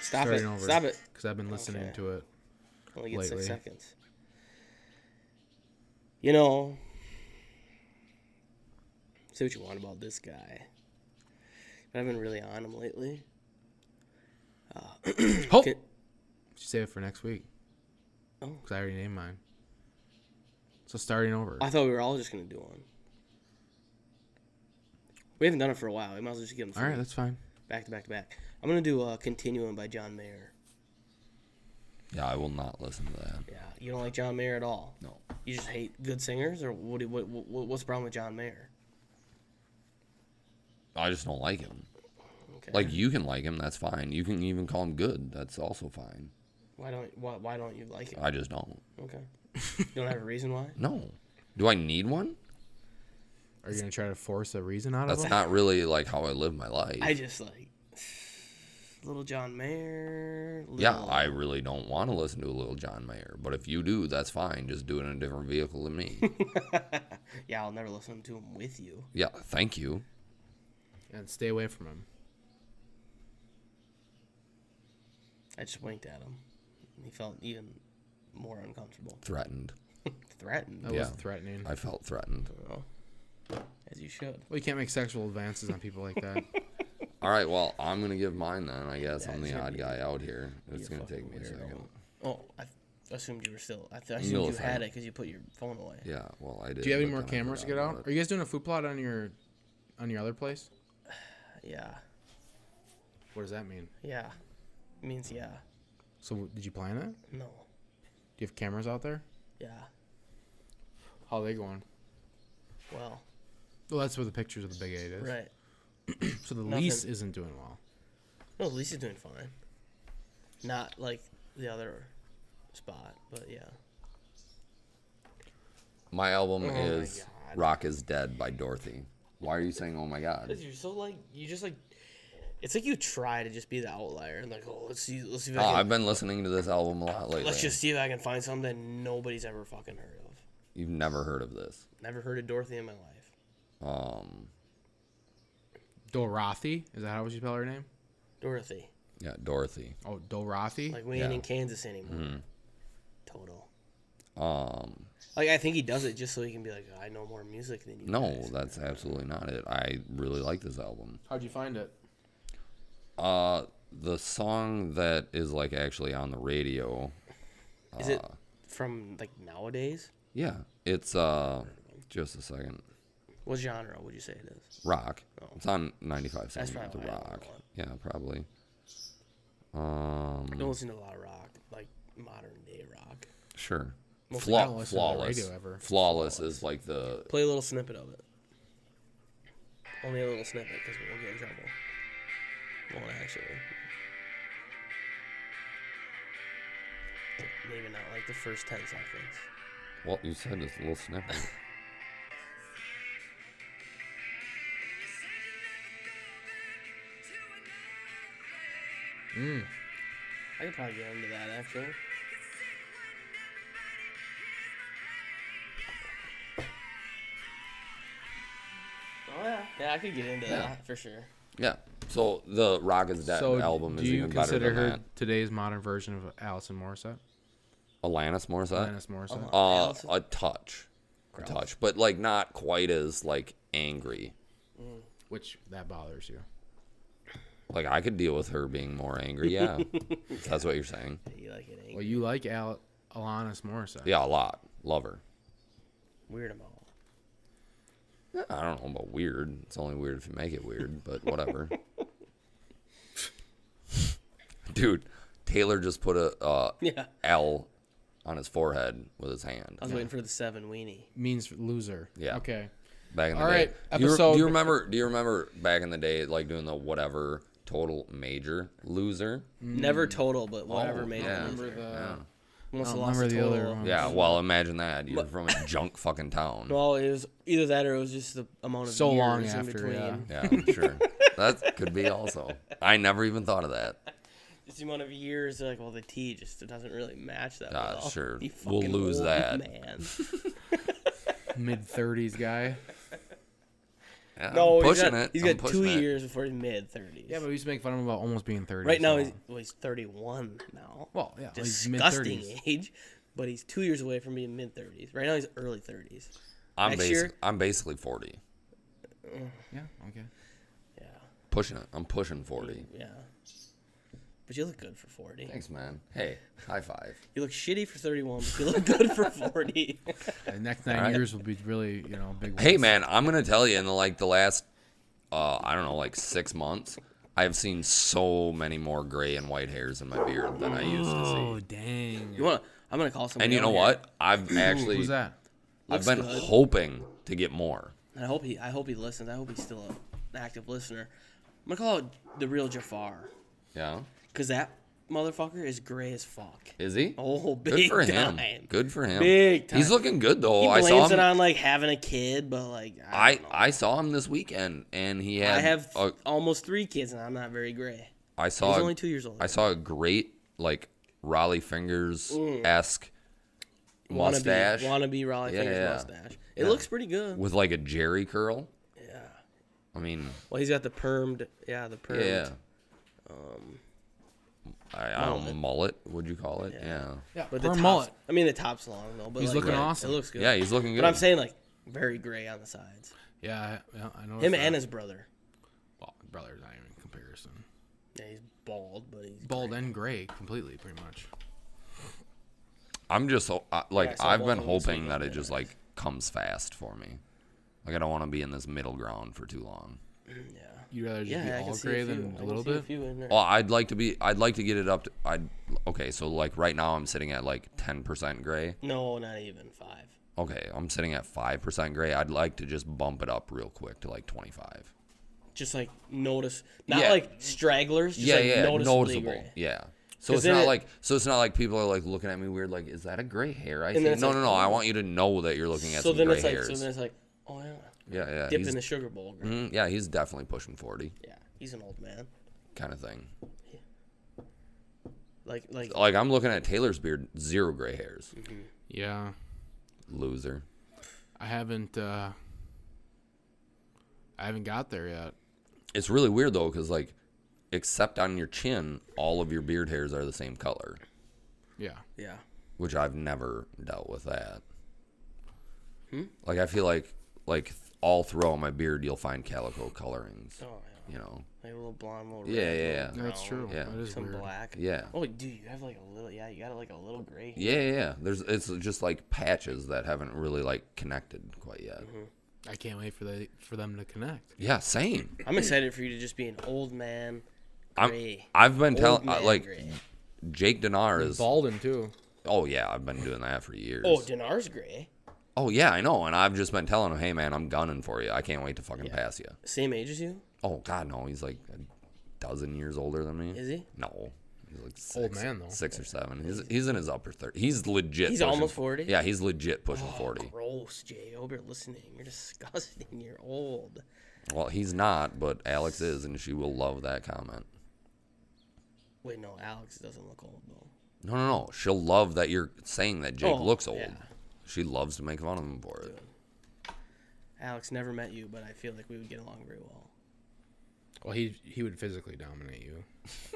[SPEAKER 3] stop it.
[SPEAKER 4] Starting over.
[SPEAKER 3] Stop it.
[SPEAKER 4] Because I've been listening
[SPEAKER 3] Okay.
[SPEAKER 4] to it.
[SPEAKER 3] Only get
[SPEAKER 4] Lately.
[SPEAKER 3] six seconds. You know, say what you want about this guy, but I've been really on him lately.
[SPEAKER 4] Oh,
[SPEAKER 3] Okay.
[SPEAKER 4] should save it for next week.
[SPEAKER 3] Oh.
[SPEAKER 4] Because I already named mine. So starting over.
[SPEAKER 3] I thought we were all just gonna do one. We haven't done it for a while. We might as well just give him
[SPEAKER 4] All right, that's fine.
[SPEAKER 3] back to back to back. I'm gonna do uh, "Continuum" by John Mayer.
[SPEAKER 2] Yeah, I will not listen to that.
[SPEAKER 3] Yeah, you don't like John Mayer at all.
[SPEAKER 2] No.
[SPEAKER 3] You just hate good singers, or what? do- what, what what's the problem with John Mayer?
[SPEAKER 2] I just don't like him.
[SPEAKER 3] Okay.
[SPEAKER 2] Like you can like him, that's fine. You can even call him good, that's also fine.
[SPEAKER 3] why don't why, why don't you like it?
[SPEAKER 2] I just don't.
[SPEAKER 3] Okay. You don't have a
[SPEAKER 2] [laughs]
[SPEAKER 3] reason why?
[SPEAKER 2] No. Do I need one?
[SPEAKER 4] Are you gonna try to force a reason out of
[SPEAKER 2] That's
[SPEAKER 4] them?
[SPEAKER 2] not really like how I live my life.
[SPEAKER 3] I just like Little John Mayer.
[SPEAKER 2] yeah,
[SPEAKER 3] Lil-
[SPEAKER 2] I really don't want to listen to a little John Mayer, but if you do, that's fine. Just do it in a different vehicle
[SPEAKER 1] [laughs]
[SPEAKER 2] than me.
[SPEAKER 3] [laughs] yeah, I'll never listen to him with you.
[SPEAKER 2] yeah, thank you.
[SPEAKER 1] And stay away from him.
[SPEAKER 3] I just winked at him. and He felt even more uncomfortable,
[SPEAKER 2] Threatened.
[SPEAKER 3] threatened, Oh.
[SPEAKER 1] That
[SPEAKER 2] Yeah.
[SPEAKER 1] wasn't threatening. [laughs]
[SPEAKER 2] I felt threatened.
[SPEAKER 3] as you should.
[SPEAKER 1] Well, you can't make sexual advances on people like
[SPEAKER 2] [laughs]
[SPEAKER 1] that.
[SPEAKER 2] All right, well, I'm going to give mine then. I guess I'm
[SPEAKER 3] That's
[SPEAKER 2] the
[SPEAKER 3] your-
[SPEAKER 2] odd guy out here. It's
[SPEAKER 3] You
[SPEAKER 2] going to
[SPEAKER 3] fucking
[SPEAKER 2] take me a
[SPEAKER 3] weirdo.
[SPEAKER 2] second.
[SPEAKER 3] Oh, I assumed you were still. I, th- I assumed you had
[SPEAKER 2] Millisecond.
[SPEAKER 3] it because you put your phone away.
[SPEAKER 2] Yeah, well, I did.
[SPEAKER 1] Do you have any
[SPEAKER 2] but
[SPEAKER 1] more
[SPEAKER 2] then I
[SPEAKER 1] cameras to
[SPEAKER 2] forgot
[SPEAKER 1] get
[SPEAKER 2] about
[SPEAKER 1] out?
[SPEAKER 2] it.
[SPEAKER 1] Are you guys doing a food plot on your on your other place?
[SPEAKER 3] Yeah,
[SPEAKER 1] What does that mean?
[SPEAKER 3] yeah. Means yeah.
[SPEAKER 1] So did you plan that? Do
[SPEAKER 3] No.
[SPEAKER 1] you have cameras out there?
[SPEAKER 3] Yeah.
[SPEAKER 1] How are they going?
[SPEAKER 3] Well.
[SPEAKER 1] Well, that's where the pictures of the big eight is.
[SPEAKER 3] Right.
[SPEAKER 1] So the
[SPEAKER 3] Nothing.
[SPEAKER 1] lease isn't doing well.
[SPEAKER 3] No, Lisa's doing fine. Not like the other spot, but yeah.
[SPEAKER 2] My album
[SPEAKER 1] Oh
[SPEAKER 2] is Rock is Dead by Dorothy. Why are you saying, oh my God?
[SPEAKER 3] You're so like you just like. It's like you try to just be the outlier and like, oh, let's see, let's see if
[SPEAKER 2] Oh,
[SPEAKER 3] I
[SPEAKER 2] I've
[SPEAKER 3] can,
[SPEAKER 2] been listening to this album a lot lately.
[SPEAKER 3] let's just see if I can find something that nobody's ever fucking heard of.
[SPEAKER 2] You've never heard of this.
[SPEAKER 3] Never heard of Dorothy in my life.
[SPEAKER 2] Um,
[SPEAKER 1] Dorothy? Is that how you spell her name?
[SPEAKER 3] Dorothy,
[SPEAKER 2] yeah, Dorothy.
[SPEAKER 1] Oh, Dorothy?
[SPEAKER 3] like we ain't
[SPEAKER 2] Yeah. Mm-hmm.
[SPEAKER 3] in Kansas anymore. Total.
[SPEAKER 2] Um,
[SPEAKER 3] Like I think he does it just so he can be like, I know more music than you.
[SPEAKER 2] no,
[SPEAKER 3] guys."
[SPEAKER 2] that's absolutely not it. I really like this album.
[SPEAKER 1] How'd you find it?
[SPEAKER 2] Uh, the song that is like actually on the radio.
[SPEAKER 3] is it from like nowadays?
[SPEAKER 2] Yeah, it's uh, just a second.
[SPEAKER 3] What genre would you say it is?
[SPEAKER 2] Rock.
[SPEAKER 1] Oh.
[SPEAKER 2] It's on 95
[SPEAKER 3] That's
[SPEAKER 2] That's right. The
[SPEAKER 3] probably why I don't
[SPEAKER 2] Rock.
[SPEAKER 3] know it.
[SPEAKER 2] Yeah, probably. Um,
[SPEAKER 3] I don't listen to a lot of rock, like modern day rock.
[SPEAKER 2] sure.
[SPEAKER 3] Mostly
[SPEAKER 2] Flaw-
[SPEAKER 1] don't listen to the
[SPEAKER 2] flawless.
[SPEAKER 1] radio ever.
[SPEAKER 2] Flawless is like the
[SPEAKER 3] Play a little snippet of it. Only a little snippet because we'll get in trouble. Won't actually. Maybe not like the first ten seconds.
[SPEAKER 2] Well, you said it's a
[SPEAKER 1] [laughs]
[SPEAKER 2] little snippet.
[SPEAKER 3] I could probably get into that actually. Oh yeah, yeah, I could get into that for sure.
[SPEAKER 2] yeah. So the Rock is Dead
[SPEAKER 1] So
[SPEAKER 2] album
[SPEAKER 1] do
[SPEAKER 2] is
[SPEAKER 1] you
[SPEAKER 2] even better
[SPEAKER 1] consider
[SPEAKER 2] than
[SPEAKER 1] her
[SPEAKER 2] that.
[SPEAKER 1] today's modern version of Alison Morissette?
[SPEAKER 2] Alanis Morissette.
[SPEAKER 1] Alanis Morissette?
[SPEAKER 2] Uh, a touch, a touch, but like not quite as like angry.
[SPEAKER 1] Which, that bothers you.
[SPEAKER 2] Like I could deal with her being more angry.
[SPEAKER 1] [laughs]
[SPEAKER 2] Yeah, If that's what you're saying.
[SPEAKER 3] You like it? Ain't
[SPEAKER 1] Well, you like Al- Alanis Morissette.
[SPEAKER 2] Yeah, a lot. Love her.
[SPEAKER 3] weird them all.
[SPEAKER 2] Yeah, I don't know about weird. It's only weird if you make it weird,
[SPEAKER 1] [laughs]
[SPEAKER 2] but whatever. Dude, Taylor just put a uh,
[SPEAKER 3] Yeah.
[SPEAKER 2] L on his forehead with his hand.
[SPEAKER 1] Um,
[SPEAKER 3] I was waiting for the seven weenie.
[SPEAKER 1] Means loser.
[SPEAKER 2] Yeah.
[SPEAKER 1] Okay.
[SPEAKER 2] back in the
[SPEAKER 1] All
[SPEAKER 2] day.
[SPEAKER 1] right,
[SPEAKER 2] Do you- Do you,
[SPEAKER 1] episode-
[SPEAKER 2] remember? Do you remember back in the day, like doing the whatever total major loser?
[SPEAKER 1] Mm.
[SPEAKER 3] Never total, but whatever
[SPEAKER 2] Oh,
[SPEAKER 3] made
[SPEAKER 2] yeah.
[SPEAKER 3] it.
[SPEAKER 1] Remember the.
[SPEAKER 2] Yeah.
[SPEAKER 3] Once
[SPEAKER 1] I
[SPEAKER 3] I
[SPEAKER 1] don't
[SPEAKER 3] lost
[SPEAKER 1] remember
[SPEAKER 3] the
[SPEAKER 1] the other
[SPEAKER 3] total.
[SPEAKER 1] one.
[SPEAKER 2] Yeah, well, imagine that you're from a junk fucking town.
[SPEAKER 3] Well, it was either that or it was just the amount of
[SPEAKER 1] So
[SPEAKER 3] years
[SPEAKER 1] long
[SPEAKER 3] in
[SPEAKER 1] after,
[SPEAKER 3] between.
[SPEAKER 1] yeah.
[SPEAKER 2] Yeah,
[SPEAKER 3] [laughs]
[SPEAKER 2] sure. That could be also. I never even thought of that.
[SPEAKER 3] It's the amount of years. Like, well, the T just it doesn't really match that.
[SPEAKER 2] Ah,
[SPEAKER 3] well.
[SPEAKER 2] sure.
[SPEAKER 3] [laughs] You
[SPEAKER 2] We'll
[SPEAKER 3] fucking
[SPEAKER 2] lose
[SPEAKER 3] old
[SPEAKER 2] that.
[SPEAKER 3] Man. [laughs]
[SPEAKER 1] Mid 30s
[SPEAKER 2] [laughs]
[SPEAKER 1] guy.
[SPEAKER 2] Yeah,
[SPEAKER 3] No,
[SPEAKER 2] I'm
[SPEAKER 3] he's
[SPEAKER 2] pushing
[SPEAKER 3] got,
[SPEAKER 2] it.
[SPEAKER 3] he's
[SPEAKER 2] I'm
[SPEAKER 3] got two
[SPEAKER 2] pushing it.
[SPEAKER 3] years before he's mid thirties.
[SPEAKER 1] Yeah, but we used to make fun of him about almost being 30.
[SPEAKER 3] right now
[SPEAKER 1] so-
[SPEAKER 3] he's well, he's thirty one now.
[SPEAKER 1] Well, yeah, like he's
[SPEAKER 3] disgusting
[SPEAKER 1] mid-thirties.
[SPEAKER 3] age, but he's two years away from being mid thirties. Right now he's early thirties.
[SPEAKER 2] I'm
[SPEAKER 3] Next
[SPEAKER 2] basic,
[SPEAKER 3] year?
[SPEAKER 2] I'm basically 40.
[SPEAKER 1] Yeah, okay.
[SPEAKER 3] Yeah,
[SPEAKER 2] Pushing it. I'm pushing 40.
[SPEAKER 3] yeah. But you look good for forty.
[SPEAKER 2] Thanks, man. Hey, high five.
[SPEAKER 3] You look shitty for thirty one, but you look good for forty.
[SPEAKER 1] The next nine
[SPEAKER 2] right.
[SPEAKER 1] years will be really, you know, big.
[SPEAKER 2] Hey,
[SPEAKER 1] ones.
[SPEAKER 2] man, I'm gonna tell you in the, like the last, uh, I don't know, like six months, I've seen so many more gray and white hairs in my beard than I used to see.
[SPEAKER 1] Oh, dang.
[SPEAKER 3] [laughs] you want? to I'm gonna call somebody.
[SPEAKER 2] And you
[SPEAKER 3] out
[SPEAKER 2] know
[SPEAKER 3] here.
[SPEAKER 2] what? I've actually,
[SPEAKER 1] Who's that?
[SPEAKER 2] I've
[SPEAKER 3] Looks
[SPEAKER 2] been
[SPEAKER 3] good.
[SPEAKER 2] hoping to get more.
[SPEAKER 3] And I hope he I hope he listens. I hope he's still a, an active listener. gonna call out the real Jafar
[SPEAKER 2] Yeah.
[SPEAKER 3] because that motherfucker is gray as fuck.
[SPEAKER 2] Is he?
[SPEAKER 3] Oh, big
[SPEAKER 2] Good for
[SPEAKER 3] time.
[SPEAKER 2] him. Good for him.
[SPEAKER 3] Big time.
[SPEAKER 2] He's looking good though.
[SPEAKER 3] He
[SPEAKER 2] I
[SPEAKER 3] blames
[SPEAKER 2] saw him.
[SPEAKER 3] it on like having a kid, but like
[SPEAKER 2] I
[SPEAKER 3] don't know.
[SPEAKER 2] I saw him this weekend, and he had.
[SPEAKER 3] I have
[SPEAKER 2] a-
[SPEAKER 3] almost three kids, and I'm not very gray.
[SPEAKER 2] I
[SPEAKER 3] He's
[SPEAKER 2] saw.
[SPEAKER 3] only two years old.
[SPEAKER 2] I saw a great like Raleigh fingers esque mustache
[SPEAKER 3] Wanna be Raleigh
[SPEAKER 2] Yeah,
[SPEAKER 3] Fingers
[SPEAKER 2] yeah.
[SPEAKER 3] mustache. It looks pretty good.
[SPEAKER 2] with like a Jerry curl. Yeah. I mean,
[SPEAKER 3] Well, he's got the permed, yeah, the permed.
[SPEAKER 2] yeah. Um. I,
[SPEAKER 3] oh,
[SPEAKER 2] I don't mullet. Would you call it? Yeah.
[SPEAKER 4] Yeah,
[SPEAKER 3] But the
[SPEAKER 4] perm
[SPEAKER 3] top's,
[SPEAKER 4] mullet.
[SPEAKER 3] I mean, the top's long though. But
[SPEAKER 4] He's
[SPEAKER 3] like,
[SPEAKER 4] looking
[SPEAKER 3] it-
[SPEAKER 4] awesome.
[SPEAKER 3] It looks good.
[SPEAKER 2] Yeah, he's looking good.
[SPEAKER 3] But I'm saying like very gray on the sides.
[SPEAKER 4] Yeah, I- yeah, I know.
[SPEAKER 3] Him and his brother.
[SPEAKER 4] well, brother's not even in comparison.
[SPEAKER 3] Yeah, he's bald, but he's
[SPEAKER 4] Bald and gray, completely, pretty much.
[SPEAKER 2] I'm just so- I- like
[SPEAKER 3] Yeah, I saw
[SPEAKER 2] I've
[SPEAKER 3] both
[SPEAKER 2] been
[SPEAKER 3] of them this
[SPEAKER 2] hoping
[SPEAKER 3] weekend,
[SPEAKER 2] that it
[SPEAKER 3] yeah.
[SPEAKER 2] just like comes fast for me. Like I don't want to be in this middle ground for too long.
[SPEAKER 4] You'd rather just
[SPEAKER 3] Yeah, I
[SPEAKER 4] be
[SPEAKER 3] can
[SPEAKER 4] all
[SPEAKER 3] see
[SPEAKER 4] gray
[SPEAKER 3] a few.
[SPEAKER 4] than
[SPEAKER 3] I
[SPEAKER 4] a
[SPEAKER 3] can
[SPEAKER 4] little
[SPEAKER 3] see
[SPEAKER 4] bit.
[SPEAKER 3] A few in there.
[SPEAKER 2] Well, I'd like to be. I'd like to get it up. To, I'd okay. So like right now, I'm sitting at like 10% gray.
[SPEAKER 3] No, not even five.
[SPEAKER 2] Okay, I'm sitting at 5% gray. I'd like to just bump it up real quick to like 25.
[SPEAKER 3] Just like notice, not
[SPEAKER 2] Yeah.
[SPEAKER 3] like stragglers. Just
[SPEAKER 2] yeah,
[SPEAKER 3] like
[SPEAKER 2] yeah,
[SPEAKER 3] noticeably
[SPEAKER 2] noticeable.
[SPEAKER 3] Gray.
[SPEAKER 2] Yeah. So
[SPEAKER 3] 'Cause
[SPEAKER 2] it's
[SPEAKER 3] then
[SPEAKER 2] not
[SPEAKER 3] it-
[SPEAKER 2] like so it's not like people are like looking at me weird. Like, is that a gray hair? I see.
[SPEAKER 3] then
[SPEAKER 2] No,
[SPEAKER 3] it's
[SPEAKER 2] no,
[SPEAKER 3] like,
[SPEAKER 2] no. I
[SPEAKER 3] oh.
[SPEAKER 2] want you to know that you're looking at
[SPEAKER 3] So
[SPEAKER 2] some
[SPEAKER 3] then
[SPEAKER 2] gray
[SPEAKER 3] it's like,
[SPEAKER 2] hairs.
[SPEAKER 3] so then it's like, oh yeah,
[SPEAKER 2] yeah, yeah.
[SPEAKER 3] dipped
[SPEAKER 2] he's-
[SPEAKER 3] in the sugar bowl. Gray.
[SPEAKER 2] mm, yeah, he's definitely pushing 40
[SPEAKER 3] Yeah, he's an old man.
[SPEAKER 2] kind of thing.
[SPEAKER 3] Like like
[SPEAKER 2] Like I'm looking at Taylor's beard, zero gray hairs.
[SPEAKER 3] Mm-hmm.
[SPEAKER 4] Yeah,
[SPEAKER 2] Loser.
[SPEAKER 4] I haven't. uh I haven't got there yet.
[SPEAKER 2] It's really weird though, because like, except on your chin, all of your beard hairs are the same color,
[SPEAKER 4] Yeah,
[SPEAKER 3] yeah.
[SPEAKER 2] which I've never dealt with that.
[SPEAKER 3] Hmm?
[SPEAKER 2] Like I feel like like all throughout my beard, you'll find calico colorings.
[SPEAKER 3] Oh yeah,
[SPEAKER 2] You know.
[SPEAKER 3] like a little blonde, little red,
[SPEAKER 2] Yeah,
[SPEAKER 3] little
[SPEAKER 2] yeah, yeah.
[SPEAKER 4] that's
[SPEAKER 3] brown,
[SPEAKER 4] true.
[SPEAKER 2] Yeah.
[SPEAKER 4] That is
[SPEAKER 3] Some
[SPEAKER 4] weird.
[SPEAKER 3] black.
[SPEAKER 2] Yeah.
[SPEAKER 3] Oh, dude, you have like a little. Yeah, you got like a little gray.
[SPEAKER 2] Yeah, yeah, yeah. There's it's just like patches that haven't really like connected quite yet.
[SPEAKER 3] Mm-hmm.
[SPEAKER 4] I can't wait for they for them to connect.
[SPEAKER 2] Yeah, same.
[SPEAKER 3] I'm excited for you to just be an old man.
[SPEAKER 2] I'm,
[SPEAKER 3] Gray.
[SPEAKER 2] I've been
[SPEAKER 3] Old
[SPEAKER 2] telling
[SPEAKER 3] man
[SPEAKER 2] like
[SPEAKER 3] gray.
[SPEAKER 2] Jake Dinar is.
[SPEAKER 4] Balding too.
[SPEAKER 2] Oh yeah, I've been doing that for years.
[SPEAKER 3] Oh, Dinar's gray.
[SPEAKER 2] Oh yeah, I know, and I've just been telling him, "Hey man, I'm gunning for you. I can't wait to fucking pass you."
[SPEAKER 3] Same age as you?
[SPEAKER 2] Oh God, no, he's like a dozen years older than me.
[SPEAKER 3] Is he?
[SPEAKER 2] No, he's like six,
[SPEAKER 4] Old man, though.
[SPEAKER 2] six or seven. He's he's in his upper thirty. He's legit.
[SPEAKER 3] He's almost Oh, 40?
[SPEAKER 2] Yeah, he's legit pushing forty.
[SPEAKER 3] Gross, Jay. I hope you're listening. You're disgusting. [laughs] You're old.
[SPEAKER 2] Well, he's not, but Alex is, and she will love that comment.
[SPEAKER 3] Wait, no, Alex doesn't look old though.
[SPEAKER 2] No, no, no. She'll love that you're saying that Jake
[SPEAKER 3] Oh,
[SPEAKER 2] looks old.
[SPEAKER 3] yeah.
[SPEAKER 2] She loves to make fun of him for it.
[SPEAKER 3] Alex never met you, but I feel like we would get along very well.
[SPEAKER 4] Well, he he would physically dominate you.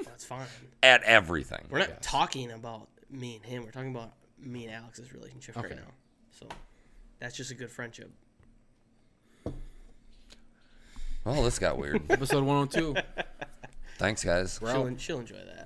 [SPEAKER 3] That's
[SPEAKER 2] [laughs]
[SPEAKER 3] fine.
[SPEAKER 2] At everything.
[SPEAKER 3] We're not talking about me and him. We're talking about me and Alex's relationship
[SPEAKER 4] Okay.
[SPEAKER 3] right now. So that's just a good friendship.
[SPEAKER 2] Well, this got weird. Oh,
[SPEAKER 4] Episode 102.
[SPEAKER 3] [laughs]
[SPEAKER 2] Thanks, guys.
[SPEAKER 3] She'll, she'll enjoy that.